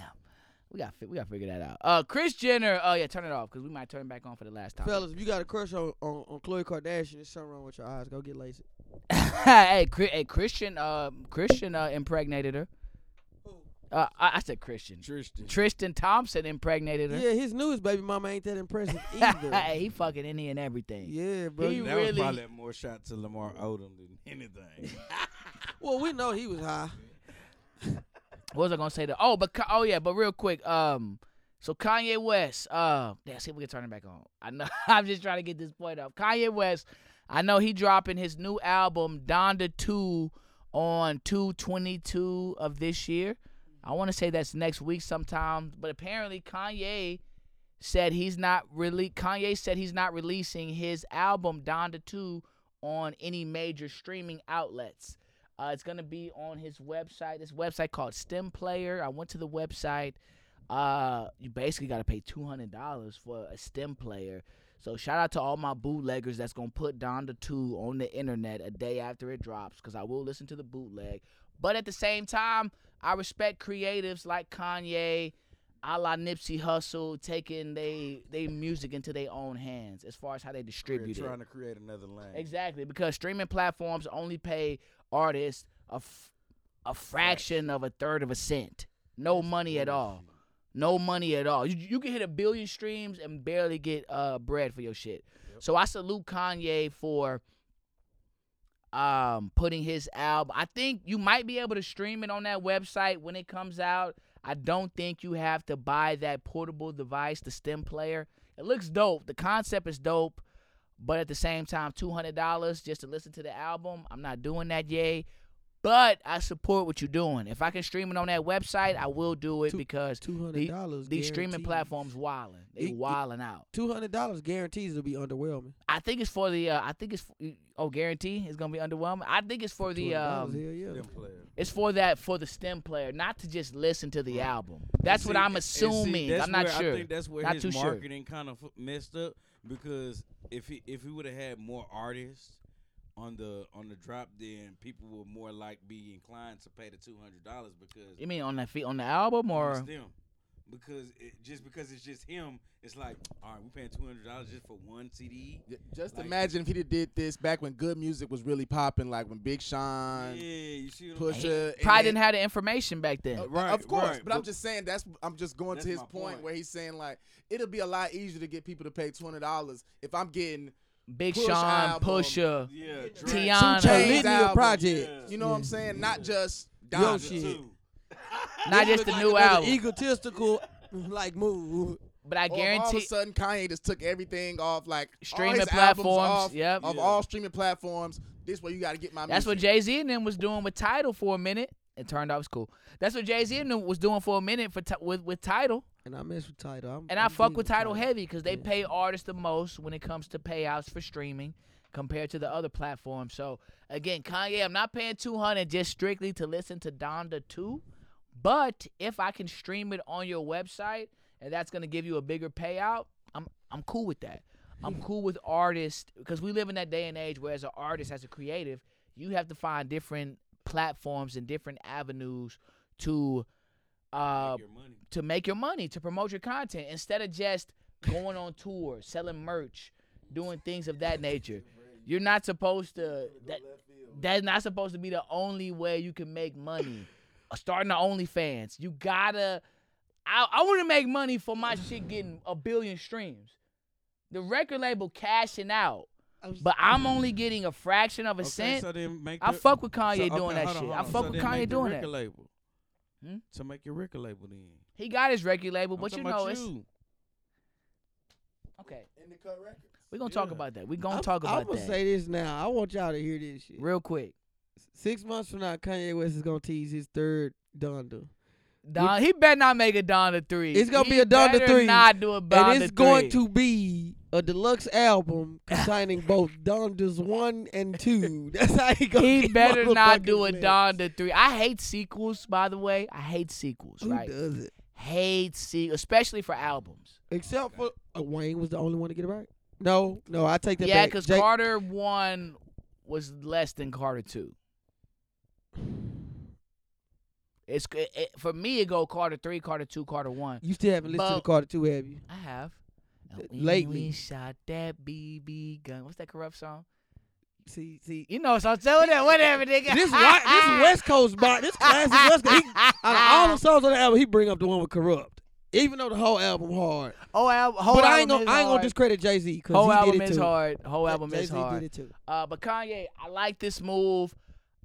Speaker 1: we got to we got to figure that out. Uh, Chris Jenner. Oh yeah, turn it off because we might turn it back on for the last time.
Speaker 5: Fellas, if you got a crush on on, on Khloe Kardashian, there's something wrong with your eyes. Go get LASIK.
Speaker 1: (laughs) hey, Chri- hey, Christian, uh, Christian uh, impregnated her. Uh, I, I said Christian.
Speaker 2: Tristan.
Speaker 1: Tristan Thompson impregnated her.
Speaker 5: Yeah, his newest baby mama ain't
Speaker 1: (laughs)
Speaker 5: that impressive either.
Speaker 1: hey, he fucking any and everything.
Speaker 5: yeah, bro.
Speaker 1: He-
Speaker 2: that was
Speaker 1: really-
Speaker 2: probably more shot to Lamar Odom than (laughs) anything.
Speaker 5: well, we know he was high.
Speaker 1: What was I gonna say? To oh, but Ka- oh yeah, but real quick, um, so Kanye West, uh, yeah, see if we can turn it back on. I know (laughs) I'm just trying to get this point up. Kanye West, I know he dropping his new album Donda Two on two twenty two of this year. I want to say that's next week sometime, but apparently Kanye said he's not really. Kanye said he's not releasing his album Donda Two on any major streaming outlets. Uh, it's gonna be on his website. This website called STEM Player. I went to the website. Uh, you basically gotta pay two hundred dollars for a STEM player. So shout out to all my bootleggers that's gonna put Donda Two on the internet a day after it drops, because I will listen to the bootleg. But at the same time, I respect creatives like Kanye, a la Nipsey Hussle, taking they they music into their own hands as far as how they distribute it.
Speaker 2: trying to create another lane.
Speaker 1: Exactly, because streaming platforms only pay artists a, f- a fraction of a third of a cent. No money at all. No money at all. You, you can hit a billion streams and barely get uh bread for your shit. So I salute Kanye for um putting his album. I think you might be able to stream it on that website when it comes out. I don't think you have to buy that portable device, the stem player. It looks dope. The concept is dope. But at the same time, two hundred dollars just to listen to the album, I'm not doing that, yay. But I support what you're doing. If I can stream it on that website, I will do it
Speaker 5: Two-
Speaker 1: because
Speaker 5: Two hundred
Speaker 1: these
Speaker 5: dollars.
Speaker 1: streaming platforms wilding. They
Speaker 5: It- it-
Speaker 1: wilding out.
Speaker 5: Two hundred dollars guarantees it'll be underwhelming.
Speaker 1: I think it's for the. Uh, I think it's for, oh guarantee it's gonna be underwhelming. I think it's for the.
Speaker 5: $200,
Speaker 1: Um,
Speaker 5: hell yeah.
Speaker 2: Them players.
Speaker 1: it's for that for the stem player, not to just listen to the album. That's what
Speaker 2: See,
Speaker 1: I'm
Speaker 2: and see,
Speaker 1: assuming.
Speaker 2: that's
Speaker 1: I'm not
Speaker 2: where
Speaker 1: sure.
Speaker 2: I think that's where
Speaker 1: Not too
Speaker 2: his
Speaker 1: sure.
Speaker 2: marketing kind of messed up because if he if he would have had more artists on the on the drop, then people would more like be inclined to pay the two hundred dollars because
Speaker 1: you mean on the fee on the album
Speaker 2: it's
Speaker 1: or?
Speaker 2: them. Because it, just because it's just him, it's like all right, we paying two hundred dollars just for one CD.
Speaker 4: Y- Just
Speaker 2: Like-
Speaker 4: imagine if he did this back when good music was really popping, like when Big
Speaker 2: Yeah,
Speaker 4: Sean,
Speaker 2: you see what I'm saying?
Speaker 4: Pusha. and
Speaker 1: Probably
Speaker 4: then-
Speaker 1: didn't have the information back then.
Speaker 4: Uh,
Speaker 2: Right,
Speaker 4: of course,
Speaker 2: right,
Speaker 4: but I'm
Speaker 2: but-
Speaker 4: just saying that's I'm just going
Speaker 2: That's
Speaker 4: to his
Speaker 2: my
Speaker 4: point,
Speaker 2: point.
Speaker 4: where he's saying like it'll be a lot easier to get people to pay twenty dollars if I'm getting
Speaker 1: Big
Speaker 4: Push
Speaker 1: Sean,
Speaker 4: album.
Speaker 1: Pusha,
Speaker 2: Yeah,
Speaker 1: Tiana.
Speaker 5: Two
Speaker 1: Tiana.
Speaker 5: Chainz
Speaker 4: Album.
Speaker 5: album. project.
Speaker 2: Yeah.
Speaker 4: you know what I'm saying, not just
Speaker 5: Yo,
Speaker 4: Donda.
Speaker 5: shit.
Speaker 1: not
Speaker 5: This
Speaker 1: just the
Speaker 5: look
Speaker 1: new
Speaker 5: like another
Speaker 1: album.
Speaker 5: Egotistical, (laughs) like move.
Speaker 1: But I
Speaker 4: Or if all of a
Speaker 1: guarantee
Speaker 4: sudden Kanye just took everything off like all
Speaker 1: Streaming
Speaker 4: his albums
Speaker 1: platforms,
Speaker 4: off,
Speaker 1: yep.
Speaker 4: of
Speaker 2: Yeah.
Speaker 4: all streaming platforms. This way you got to get my.
Speaker 1: that's what
Speaker 4: music.
Speaker 1: Jay Z and them was doing with Title for a minute. It turned out it was cool. That's what Jay Z and them was doing for a minute for ti- with with Title.
Speaker 5: And I mess with title. I'm,
Speaker 1: And I
Speaker 5: I'm
Speaker 1: fuck
Speaker 5: big
Speaker 1: with Title heavy because they
Speaker 5: Yeah.
Speaker 1: pay artists the most when it comes to payouts for streaming compared to the other platforms. So again, Kanye, I'm not paying 200 just strictly to listen to Donda 2, but if I can stream it on your website and that's going to give you a bigger payout, I'm I'm cool with that. I'm
Speaker 5: (laughs)
Speaker 1: cool with artists because we live in that day and age where as an artist, as a creative, you have to find different platforms and different avenues to uh,
Speaker 2: your money.
Speaker 1: to make your money, to promote your content, instead of just going on tour, selling merch, doing things of that nature. You're not supposed to. That, that's not supposed to be the only way you can make money. Uh, Starting the OnlyFans, you gotta. I I want to make money for my shit getting a billion streams. The record label cashing out, but I'm only getting a fraction of a
Speaker 2: Okay,
Speaker 1: cent.
Speaker 2: so then make
Speaker 1: I
Speaker 2: the-
Speaker 1: fuck with Kanye doing
Speaker 2: so, okay,
Speaker 1: that
Speaker 2: hold on,
Speaker 1: shit.
Speaker 2: hold
Speaker 1: I
Speaker 2: on.
Speaker 1: fuck
Speaker 2: So
Speaker 1: with
Speaker 2: then make
Speaker 1: Kanye
Speaker 2: the
Speaker 1: doing
Speaker 2: record
Speaker 1: that.
Speaker 2: label.
Speaker 1: Hmm?
Speaker 2: to make your record label. Then,
Speaker 1: He got his record label,
Speaker 2: I'm
Speaker 1: but you
Speaker 2: talking about
Speaker 1: know it's
Speaker 2: you.
Speaker 1: okay.
Speaker 4: In the cut record.
Speaker 1: We're gonna talk
Speaker 2: Yeah.
Speaker 1: about that. We're gonna
Speaker 5: I'm,
Speaker 1: talk
Speaker 5: I'm
Speaker 1: about
Speaker 5: gonna
Speaker 1: that
Speaker 5: say this now. I want y'all to hear this shit.
Speaker 1: real quick.
Speaker 5: Six months from now, Kanye West is gonna tease his third Donda,
Speaker 1: Don, he better not make a Donda three.
Speaker 5: It's gonna
Speaker 1: He
Speaker 5: be a Donda
Speaker 1: better
Speaker 5: three,
Speaker 1: Not do a Donda
Speaker 5: and it's going
Speaker 1: three.
Speaker 5: to be a deluxe album
Speaker 1: (laughs)
Speaker 5: containing both Dondas one and two. (laughs) That's how he gonna.
Speaker 1: He
Speaker 5: get
Speaker 1: better not
Speaker 5: motherfuckers
Speaker 1: do a
Speaker 5: mad.
Speaker 1: Donda three. I hate sequels, by the way. I hate sequels.
Speaker 5: Who
Speaker 1: right?
Speaker 5: does it?
Speaker 1: Hate sequels, especially for albums.
Speaker 5: Except for uh, Wayne was the only one to get it right. No, no, I take that
Speaker 1: yeah,
Speaker 5: back.
Speaker 1: because
Speaker 5: Jay-
Speaker 1: Carter one was less than Carter two. It's it, it, for me. It go Carter three, Carter two, Carter one.
Speaker 5: you still haven't listened
Speaker 1: Bo-
Speaker 5: to Carter Two, have you?
Speaker 1: I have. And when
Speaker 5: Lately.
Speaker 1: we shot that BB gun. What's that corrupt song?
Speaker 5: See,
Speaker 1: (laughs)
Speaker 5: see,
Speaker 1: You know, so I'm telling that whatever nigga. (laughs)
Speaker 5: this white, this West Coast bar, this classic West Coast. He, out of all the songs on the album, he bring up the one with corrupt. Even though the whole album hard,
Speaker 1: whole al- whole
Speaker 5: but
Speaker 1: album
Speaker 5: I ain't gonna,
Speaker 1: is
Speaker 5: I ain't gonna
Speaker 1: hard.
Speaker 5: discredit Jay Z because
Speaker 1: Whole
Speaker 5: he
Speaker 1: album
Speaker 5: did it
Speaker 1: is
Speaker 5: too.
Speaker 1: hard. Whole album
Speaker 5: Jay-Z
Speaker 1: is hard.
Speaker 5: did it too.
Speaker 1: Uh, but Kanye, I like this move.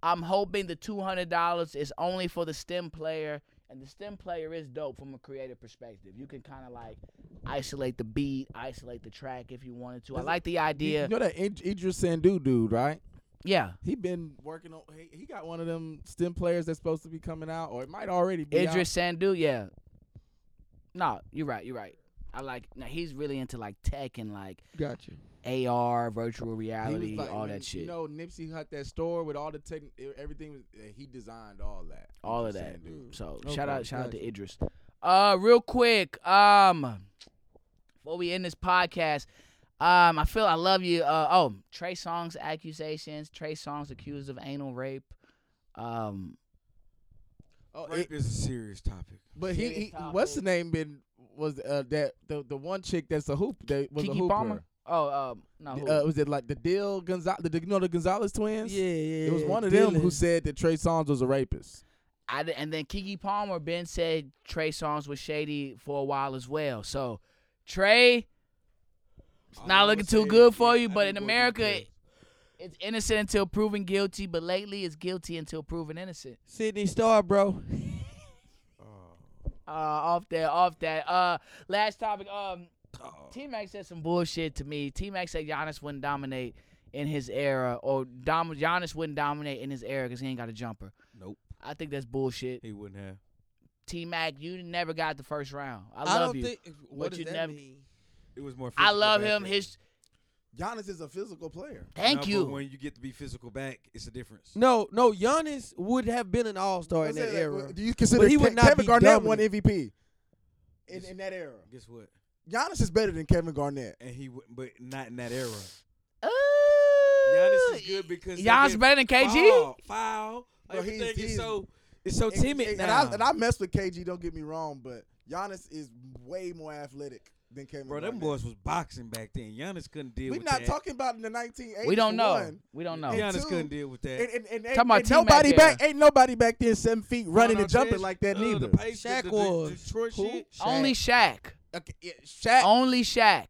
Speaker 1: I'm hoping the two hundred dollars is only for the stem player, and the stem player is dope from a creative perspective. You can kind of like isolate the beat, isolate the track if you wanted to. I
Speaker 4: Does it-
Speaker 1: like the
Speaker 4: You,
Speaker 1: idea.
Speaker 4: you know that Id- Idris Sandu dude, right?
Speaker 1: Yeah,
Speaker 4: He been working on. He, he got one of them stem players that's supposed to be coming out, or it might already be out.
Speaker 1: Idris Sandu. Yeah. No, you're right. You're right. I like now. He's really into like tech and like
Speaker 5: Gotcha.
Speaker 1: AR, virtual
Speaker 4: He was
Speaker 1: reality,
Speaker 4: like-
Speaker 1: all
Speaker 4: when,
Speaker 1: that shit.
Speaker 4: You know, Nipsey Hut that store with all the tech, everything. Was, uh, he designed all that.
Speaker 1: all of
Speaker 4: Idris
Speaker 1: that.
Speaker 4: Sandu.
Speaker 1: So
Speaker 5: Okay,
Speaker 1: shout out, shout out to
Speaker 5: gotcha.
Speaker 1: Idris. Uh, real quick, um, before we end this podcast, um, I feel I love you. Uh, oh, Trey Songz accusations. Trey Songz accused of anal rape. Um,
Speaker 4: Oh, it-
Speaker 2: Rape is a serious topic.
Speaker 4: but he,
Speaker 1: serious
Speaker 4: he what's the
Speaker 1: topic.
Speaker 4: name been was uh, that the the one chick that's a hoop that was
Speaker 1: Kiki
Speaker 4: a hooper.
Speaker 1: Palmer. Oh, um, no, who?
Speaker 4: Uh, was it like the Dill Gonzalez? The, you know the Gonzalez twins.
Speaker 5: Yeah, yeah.
Speaker 4: It was one of them who said that Trey Songz was a rapist.
Speaker 1: I di- and then Kiki Palmer. Ben said Trey Songz was shady for a while as well. So Trey, it's
Speaker 2: All
Speaker 1: not
Speaker 2: I'ma
Speaker 1: looking
Speaker 2: say
Speaker 1: too
Speaker 2: is,
Speaker 1: good for
Speaker 2: yeah,
Speaker 1: you.
Speaker 2: I
Speaker 1: But
Speaker 2: do
Speaker 1: in
Speaker 2: what you
Speaker 1: America,
Speaker 2: do.
Speaker 1: it's innocent until proven guilty. But lately, it's guilty until proven innocent.
Speaker 5: Sydney Star, bro.
Speaker 1: Uh, off that, off that. Uh, last topic. Um,
Speaker 2: Oh,
Speaker 1: T Mac said some bullshit to me. T Mac said Giannis wouldn't dominate in his era, or Dom- Giannis wouldn't dominate in his era because he ain't got a jumper.
Speaker 2: nope,
Speaker 1: I think that's bullshit.
Speaker 2: he wouldn't have.
Speaker 1: T Mac, you never got the first round. I,
Speaker 5: I
Speaker 1: love
Speaker 5: don't
Speaker 1: you.
Speaker 5: think. What
Speaker 1: you
Speaker 5: does that
Speaker 1: never-
Speaker 5: mean?
Speaker 2: It was more.
Speaker 1: I
Speaker 2: physical
Speaker 1: love
Speaker 2: back
Speaker 1: him.
Speaker 2: then.
Speaker 1: His
Speaker 4: Giannis is a physical player.
Speaker 1: thank
Speaker 2: No,
Speaker 1: you.
Speaker 2: But when you get to be physical back, it's a difference.
Speaker 5: No, no. Giannis would have been an All Star Oh, in that era.
Speaker 4: Do you consider
Speaker 5: But he
Speaker 4: Ke-
Speaker 5: would not
Speaker 4: Kevin
Speaker 5: be
Speaker 4: Garnett won
Speaker 5: dominant.
Speaker 4: MVP in, in that era?
Speaker 2: Guess what?
Speaker 4: Giannis is better than Kevin Garnett.
Speaker 2: And he would, but not in that era.
Speaker 1: Ooh.
Speaker 2: Giannis is good because they
Speaker 1: Giannis
Speaker 2: didn't
Speaker 1: better than KG.
Speaker 2: Foul, foul.
Speaker 4: Bro, he's-
Speaker 2: Everything is
Speaker 4: he's-
Speaker 2: so it's so
Speaker 4: And-
Speaker 2: timid
Speaker 4: and, and
Speaker 2: now.
Speaker 4: I, and I mess with KG. Don't get me wrong, but Giannis is way more athletic than Kevin.
Speaker 2: Bro, them
Speaker 4: Garnett.
Speaker 2: boys was boxing back then. Giannis couldn't deal
Speaker 4: We're
Speaker 2: with
Speaker 4: not
Speaker 2: that.
Speaker 4: talking about in the 1980s.
Speaker 1: We don't
Speaker 4: for
Speaker 1: know.
Speaker 4: One.
Speaker 1: We don't know.
Speaker 4: And
Speaker 2: Giannis
Speaker 4: two-
Speaker 2: couldn't deal with that.
Speaker 4: And, and, and,
Speaker 1: Talking about
Speaker 4: ain't
Speaker 1: T-Mac
Speaker 4: nobody
Speaker 1: era.
Speaker 4: back ain't nobody back then seven feet running
Speaker 2: No, no,
Speaker 4: and jumping
Speaker 2: Trez-
Speaker 4: like that
Speaker 2: uh,
Speaker 4: neither.
Speaker 2: The Pacers,
Speaker 5: Shaq
Speaker 2: the,
Speaker 5: was.
Speaker 2: The Detroit
Speaker 5: Who?
Speaker 2: shit.
Speaker 5: Shaq.
Speaker 1: Only Shaq.
Speaker 4: Okay, yeah, Shaq.
Speaker 1: Only Shaq.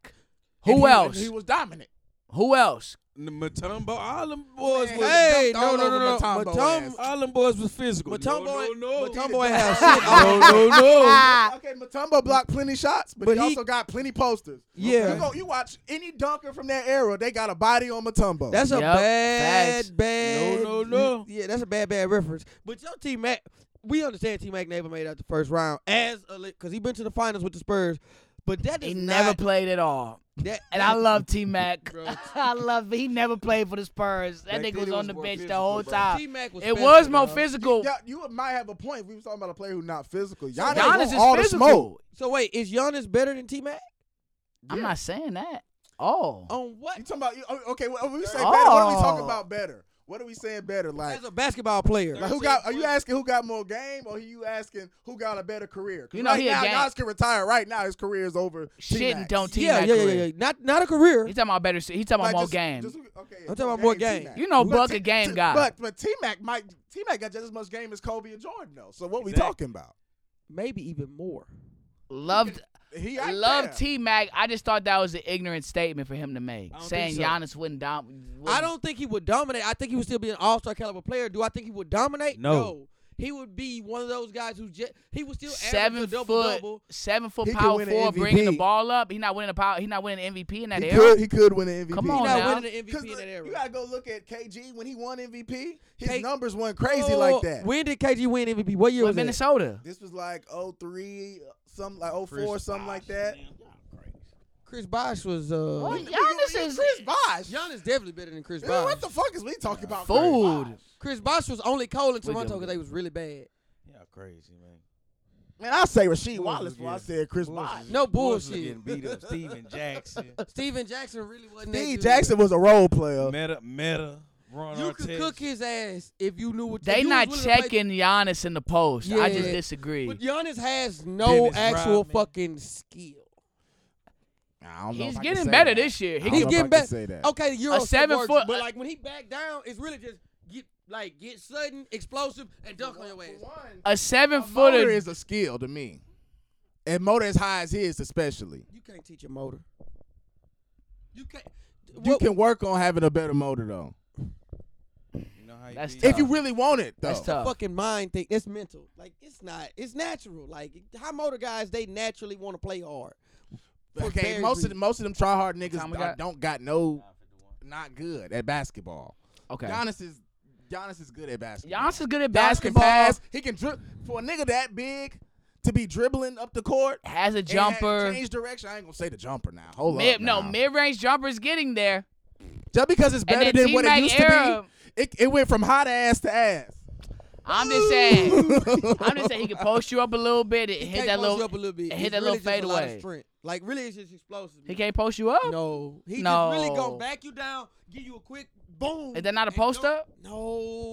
Speaker 4: and
Speaker 1: Um, Who
Speaker 4: he-
Speaker 1: else?
Speaker 4: He was dominant.
Speaker 1: Who else?
Speaker 2: The Matumbo. All them boys
Speaker 4: Man,
Speaker 2: was.
Speaker 5: Hey,
Speaker 4: dunked
Speaker 5: no,
Speaker 4: all
Speaker 5: no,
Speaker 4: over
Speaker 5: no, no.
Speaker 4: Mutombo
Speaker 5: Mutom-
Speaker 4: ass.
Speaker 2: All them boys was physical.
Speaker 5: Mutombo-
Speaker 2: no, no, no.
Speaker 5: Mutombo has shit.
Speaker 2: no, no, no.
Speaker 1: Ah.
Speaker 4: Okay, Matumbo blocked plenty shots, but,
Speaker 5: But
Speaker 4: he,
Speaker 5: he-
Speaker 4: also got plenty posters.
Speaker 5: Yeah.
Speaker 4: You, go, you watch any dunker from that era, they got a body on
Speaker 5: (laughs)
Speaker 4: Matumbo.
Speaker 5: That's a
Speaker 1: Yep,
Speaker 5: bad,
Speaker 1: facts.
Speaker 5: bad.
Speaker 2: No, no, no.
Speaker 5: Yeah, that's a bad, bad reference. But your T Mac, we understand T Mac never made out the first round as a because he been to the finals with the Spurs, but that
Speaker 1: He
Speaker 5: is
Speaker 1: never
Speaker 5: not-
Speaker 1: played at all.
Speaker 5: That,
Speaker 1: And I love T Mac.
Speaker 2: Bro.
Speaker 1: (laughs) I love he never played for the Spurs. That
Speaker 2: Back
Speaker 1: nigga
Speaker 2: then
Speaker 1: was
Speaker 2: it
Speaker 1: on
Speaker 2: was
Speaker 1: the
Speaker 2: more
Speaker 1: bench the
Speaker 2: physical,
Speaker 1: whole
Speaker 2: bro.
Speaker 1: time.
Speaker 5: T Mac was.
Speaker 1: It was
Speaker 5: special,
Speaker 1: more
Speaker 5: dog.
Speaker 1: physical.
Speaker 4: Yeah, you might have a point. if We was talking about a player who's not physical. Giannis,
Speaker 1: Giannis
Speaker 4: want
Speaker 1: is
Speaker 4: all
Speaker 1: physical.
Speaker 4: the smoke.
Speaker 5: So wait, is Giannis better than T Mac?
Speaker 1: I'm not saying that. Oh.
Speaker 5: On what?
Speaker 4: You talking about? oh, Okay, well, when we say better, what are we
Speaker 1: Oh.
Speaker 4: talking about better? What are we saying better? Like,
Speaker 5: As a basketball player,
Speaker 4: like who got? Are you asking who got more game, or are you asking who got a better career? 'Cause
Speaker 1: You know
Speaker 4: right
Speaker 1: he a
Speaker 4: now,
Speaker 1: gang-
Speaker 4: Giannis can retire. Right now, his career is over.
Speaker 1: Shit and
Speaker 4: T-Mac.
Speaker 1: don't T
Speaker 5: yeah,
Speaker 1: Mac.
Speaker 5: yeah, yeah, yeah, yeah. Not not a career.
Speaker 1: He's talking about better. He's talking about
Speaker 4: Like,
Speaker 1: more
Speaker 4: just-
Speaker 1: game.
Speaker 4: just- okay,
Speaker 5: I'm talking about more game.
Speaker 4: T-Mac.
Speaker 1: You know
Speaker 4: But
Speaker 1: Buck
Speaker 4: T-
Speaker 1: a game
Speaker 4: T-
Speaker 1: guy.
Speaker 4: But but T Mac might T Mac got just as much game as Kobe and Jordan though. So what we
Speaker 2: Exactly.
Speaker 4: talking about?
Speaker 5: Maybe even more.
Speaker 1: Loved
Speaker 4: He out there.
Speaker 1: loved T Mac. I just thought that was an ignorant statement for him to make.
Speaker 2: I don't
Speaker 1: Saying
Speaker 2: think so.
Speaker 1: Giannis wouldn't dom
Speaker 5: I don't think he would dominate. I think he would still be an all star caliber player. Do I think he would dominate?
Speaker 2: No.
Speaker 5: he would be one of those guys who just he was still average a
Speaker 1: seven
Speaker 5: double
Speaker 1: foot,
Speaker 5: double.
Speaker 1: seven foot
Speaker 4: He could
Speaker 1: power
Speaker 4: win the
Speaker 1: forward, bringing the
Speaker 4: MVP.
Speaker 1: ball up. He not winning the power. He not winning the MVP in that
Speaker 4: He
Speaker 1: era.
Speaker 4: could, he could win an MVP.
Speaker 1: Come
Speaker 5: He
Speaker 1: on
Speaker 5: not
Speaker 1: now.
Speaker 5: winning the
Speaker 4: Because
Speaker 5: MVP in that era.
Speaker 4: you gotta go look at KG when he won MVP. His
Speaker 5: K-
Speaker 4: numbers weren't crazy
Speaker 5: Oh,
Speaker 4: like that.
Speaker 5: When did KG win MVP? What year
Speaker 1: With
Speaker 5: was that?
Speaker 1: Minnesota.
Speaker 4: This was like 03, some like 04, something like that.
Speaker 5: Chris Bosch was. uh
Speaker 1: What?
Speaker 4: We- we-
Speaker 1: Giannis
Speaker 4: we-
Speaker 1: is-
Speaker 4: Chris Bosh.
Speaker 5: Giannis definitely better than Chris Bosh.
Speaker 4: What the fuck is we talking about? Chris
Speaker 1: Food.
Speaker 4: Bosh?
Speaker 5: Chris Bosh was only cold in
Speaker 1: We
Speaker 5: Toronto
Speaker 1: good.
Speaker 5: because they was really bad.
Speaker 2: Yeah, crazy man.
Speaker 4: Man, I say Rasheed
Speaker 2: Who was
Speaker 4: Wallace
Speaker 2: it
Speaker 4: before I
Speaker 2: again?
Speaker 4: said Chris
Speaker 2: Who was
Speaker 4: Bosh.
Speaker 2: it?
Speaker 5: No
Speaker 2: Who was it
Speaker 5: bullshit.
Speaker 2: Getting beat up. Steven Jackson,
Speaker 5: Steven Jackson really wasn't. that
Speaker 4: Steve
Speaker 5: good.
Speaker 4: Jackson was a role player.
Speaker 2: Meta, Meta, Ron
Speaker 5: You
Speaker 2: Artest.
Speaker 5: could cook his ass if you knew what.
Speaker 1: They
Speaker 5: if you
Speaker 1: not
Speaker 5: was willing to play-
Speaker 1: checking Giannis in the post. I just
Speaker 5: Yeah.
Speaker 1: disagree.
Speaker 5: But Giannis has no
Speaker 2: Dennis
Speaker 5: actual
Speaker 2: Rodman.
Speaker 5: fucking skill.
Speaker 4: I don't know
Speaker 1: He's
Speaker 4: if I can
Speaker 1: getting
Speaker 4: say
Speaker 1: better
Speaker 4: that.
Speaker 1: this year. He
Speaker 4: I don't
Speaker 5: He's
Speaker 4: know
Speaker 1: can,
Speaker 4: if I
Speaker 5: getting
Speaker 4: can
Speaker 5: back-
Speaker 4: say that.
Speaker 5: Okay, the Euro step
Speaker 1: seven
Speaker 5: works,
Speaker 1: foot-
Speaker 5: but like when he back down, it's really just get like get sudden, explosive, and dunk on your ass.
Speaker 1: a seven
Speaker 4: A motor
Speaker 1: footer.
Speaker 4: is a skill to me, and motor as high as his, especially.
Speaker 5: You can't teach a motor. You can't.
Speaker 4: You
Speaker 5: what-
Speaker 4: can work on having a better motor though,
Speaker 2: You know how you
Speaker 1: That's
Speaker 2: beat
Speaker 1: tough.
Speaker 4: if you really want it though.
Speaker 1: That's tough.
Speaker 5: fucking mind thing. That's mental. Like it's not. It's natural. Like high motor guys, they naturally want to play hard. For
Speaker 4: Okay,
Speaker 5: various
Speaker 4: most of
Speaker 5: reasons.
Speaker 4: them, most of them try hard niggas
Speaker 1: Time we
Speaker 4: don't-
Speaker 1: got?
Speaker 4: don't got no, not good at basketball.
Speaker 1: Okay.
Speaker 4: Giannis is Giannis is good at basketball.
Speaker 1: Giannis is good at
Speaker 4: Giannis can
Speaker 1: basketball.
Speaker 4: pass. He can dribble for a nigga that big to be dribbling up the court. and
Speaker 1: Has a jumper.
Speaker 4: Change direction. I ain't gonna say the jumper now. Hold
Speaker 1: Mid,
Speaker 4: up.
Speaker 1: no,
Speaker 4: now.
Speaker 1: mid range jumper is getting there.
Speaker 4: Just because it's
Speaker 1: And
Speaker 4: better
Speaker 1: then
Speaker 4: than what it
Speaker 1: T-Mac
Speaker 4: used to
Speaker 1: era-
Speaker 4: be, it, it went from hot ass to ass.
Speaker 1: I'm just saying. (laughs) I'm
Speaker 4: (laughs)
Speaker 1: just saying he can post you up a little bit and
Speaker 5: He
Speaker 1: hit
Speaker 5: can't
Speaker 1: that
Speaker 5: post
Speaker 1: little.
Speaker 5: you up a little bit.
Speaker 1: hit
Speaker 5: It's
Speaker 1: that
Speaker 5: really
Speaker 1: little
Speaker 5: just a lot of
Speaker 1: fadeaway.
Speaker 5: strengse. Like really, it's just explosive.
Speaker 1: He
Speaker 5: man.
Speaker 1: can't post you up.
Speaker 5: No, he just really
Speaker 1: No.
Speaker 5: gonna back you down, give you a quick boom.
Speaker 1: Is that not a
Speaker 5: and don't-
Speaker 1: post up?
Speaker 5: No,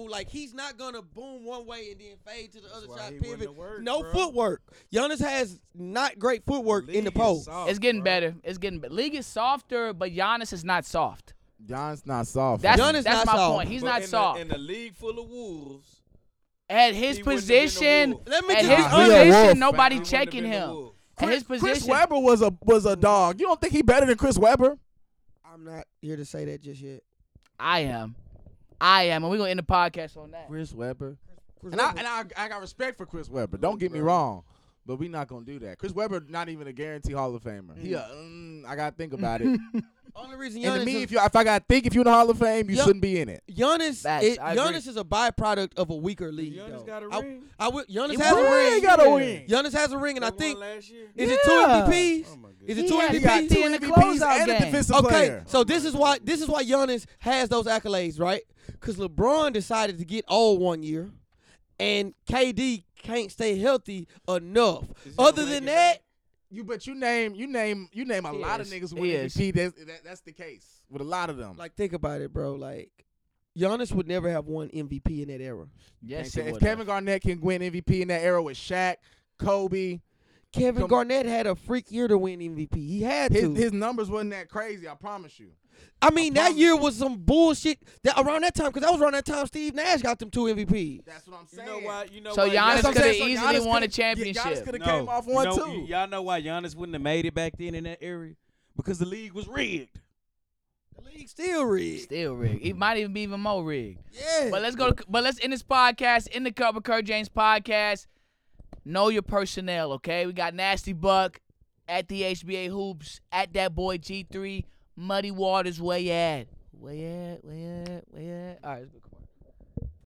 Speaker 5: like he's not gonna boom one way and then fade to the other
Speaker 2: why he
Speaker 5: side
Speaker 2: wasn't
Speaker 5: pivot.
Speaker 2: the work,
Speaker 5: no
Speaker 2: bro.
Speaker 5: footwork. Giannis has not great footwork in the
Speaker 2: League is
Speaker 5: post.
Speaker 2: soft,
Speaker 1: It's getting
Speaker 2: bro.
Speaker 1: better. It's getting better. League is softer, but Giannis is not soft.
Speaker 4: Giannis not soft.
Speaker 1: That's
Speaker 5: Giannis
Speaker 1: that's
Speaker 5: not
Speaker 1: my
Speaker 5: soft,
Speaker 1: point. He's
Speaker 2: But
Speaker 1: not
Speaker 2: in
Speaker 1: soft.
Speaker 2: The, in the league full of wolves,
Speaker 1: At his
Speaker 2: he wouldn't have been a
Speaker 1: position,
Speaker 2: wolf.
Speaker 5: Let me
Speaker 1: at
Speaker 5: just
Speaker 1: his
Speaker 5: be
Speaker 4: Nah, he a
Speaker 5: honest.
Speaker 4: wolf,
Speaker 1: position,
Speaker 2: He
Speaker 1: nobody
Speaker 2: wouldn't have
Speaker 1: checking
Speaker 2: been a
Speaker 1: him.
Speaker 2: wolf.
Speaker 1: At his
Speaker 4: Chris
Speaker 1: position,
Speaker 4: Webber was a was a dog. You don't think he better than Chris Webber?
Speaker 5: I'm not here to say that just yet.
Speaker 1: I am, I am, and we're gonna end the podcast on that.
Speaker 4: Chris Webber.
Speaker 5: Chris
Speaker 4: And I
Speaker 5: Webber-
Speaker 4: and I, I got respect for Chris Webber. Don't get me wrong, but we not gonna do that. Chris Webber not even a guarantee Hall of Famer. He a, mm, I gotta think about it.
Speaker 5: only reason
Speaker 4: and
Speaker 5: Giannis
Speaker 4: to me,
Speaker 5: is-
Speaker 4: if you if I gotta think if you in the Hall of Fame, you
Speaker 5: Yup.
Speaker 4: shouldn't be in it.
Speaker 5: Giannis,
Speaker 1: Facts,
Speaker 5: it-
Speaker 1: I agree.
Speaker 5: Giannis is a byproduct of a weaker league.
Speaker 2: Giannis
Speaker 5: though.
Speaker 2: got a
Speaker 5: I-
Speaker 2: ring.
Speaker 5: I, would. Giannis
Speaker 1: He
Speaker 5: has
Speaker 1: really
Speaker 5: a ring.
Speaker 4: got a ring.
Speaker 5: Yonis has a ring, and I
Speaker 2: They won
Speaker 5: think
Speaker 2: last year.
Speaker 5: is it
Speaker 1: Yeah.
Speaker 5: two MVPs?
Speaker 2: Oh my goodness.
Speaker 5: Is it
Speaker 1: He
Speaker 5: two
Speaker 1: had
Speaker 5: MVPs?
Speaker 1: got
Speaker 5: Two
Speaker 1: in the
Speaker 5: MVPs?
Speaker 1: closeout
Speaker 4: and a
Speaker 1: game.
Speaker 4: defensive
Speaker 5: Okay,
Speaker 4: player.
Speaker 5: so this is why this is why Giannis has those accolades, right? Because LeBron decided to get old one year, and KD can't stay healthy enough.
Speaker 2: Is he gonna
Speaker 5: Other
Speaker 2: make
Speaker 5: than
Speaker 2: it
Speaker 5: that,
Speaker 2: back?
Speaker 4: You but you name you name you name a
Speaker 1: He
Speaker 4: lot
Speaker 1: is.
Speaker 4: of niggas who
Speaker 1: He
Speaker 4: win
Speaker 1: is.
Speaker 4: MVP. That's that, that's the case with a lot of them.
Speaker 5: like think about it, bro. Like Giannis would never have won MVP in that era.
Speaker 1: Yes,
Speaker 4: And
Speaker 1: he
Speaker 4: if
Speaker 1: would've.
Speaker 4: Kevin Garnett can win MVP in that era with Shaq, Kobe,
Speaker 5: Kevin
Speaker 4: Come-
Speaker 5: Garnett had a freak year to win MVP. He had
Speaker 4: his
Speaker 5: to.
Speaker 4: his numbers wasn't that crazy. I promise you.
Speaker 5: I mean,
Speaker 4: I
Speaker 5: that
Speaker 4: promise
Speaker 5: year was some bullshit. That around that time, because that was around that time Steve Nash got them two MVPs.
Speaker 4: That's what I'm
Speaker 2: You
Speaker 4: saying.
Speaker 2: know why? You know
Speaker 1: So Giannis
Speaker 2: why
Speaker 4: That's what I'm
Speaker 1: coulda
Speaker 4: saying. So
Speaker 1: easily won a
Speaker 4: Giannis coulda- yeah,
Speaker 1: championship.
Speaker 4: Giannis could have came off one
Speaker 2: you know,
Speaker 4: too.
Speaker 2: y- Y'all know why Giannis wouldn't have made it back then in that area because the league was rigged.
Speaker 5: The league still rigged.
Speaker 1: still rigged. It might even be even more rigged.
Speaker 5: Yeah.
Speaker 1: But let's go. To, but let's end this podcast. End the cover, Kurt James podcast. Know your personnel, okay? We got Nasty Buck at the HBA hoops at that boy G three Muddy Waters. Where you at? Where you at? Where you at? Where you at? All right. Let's go.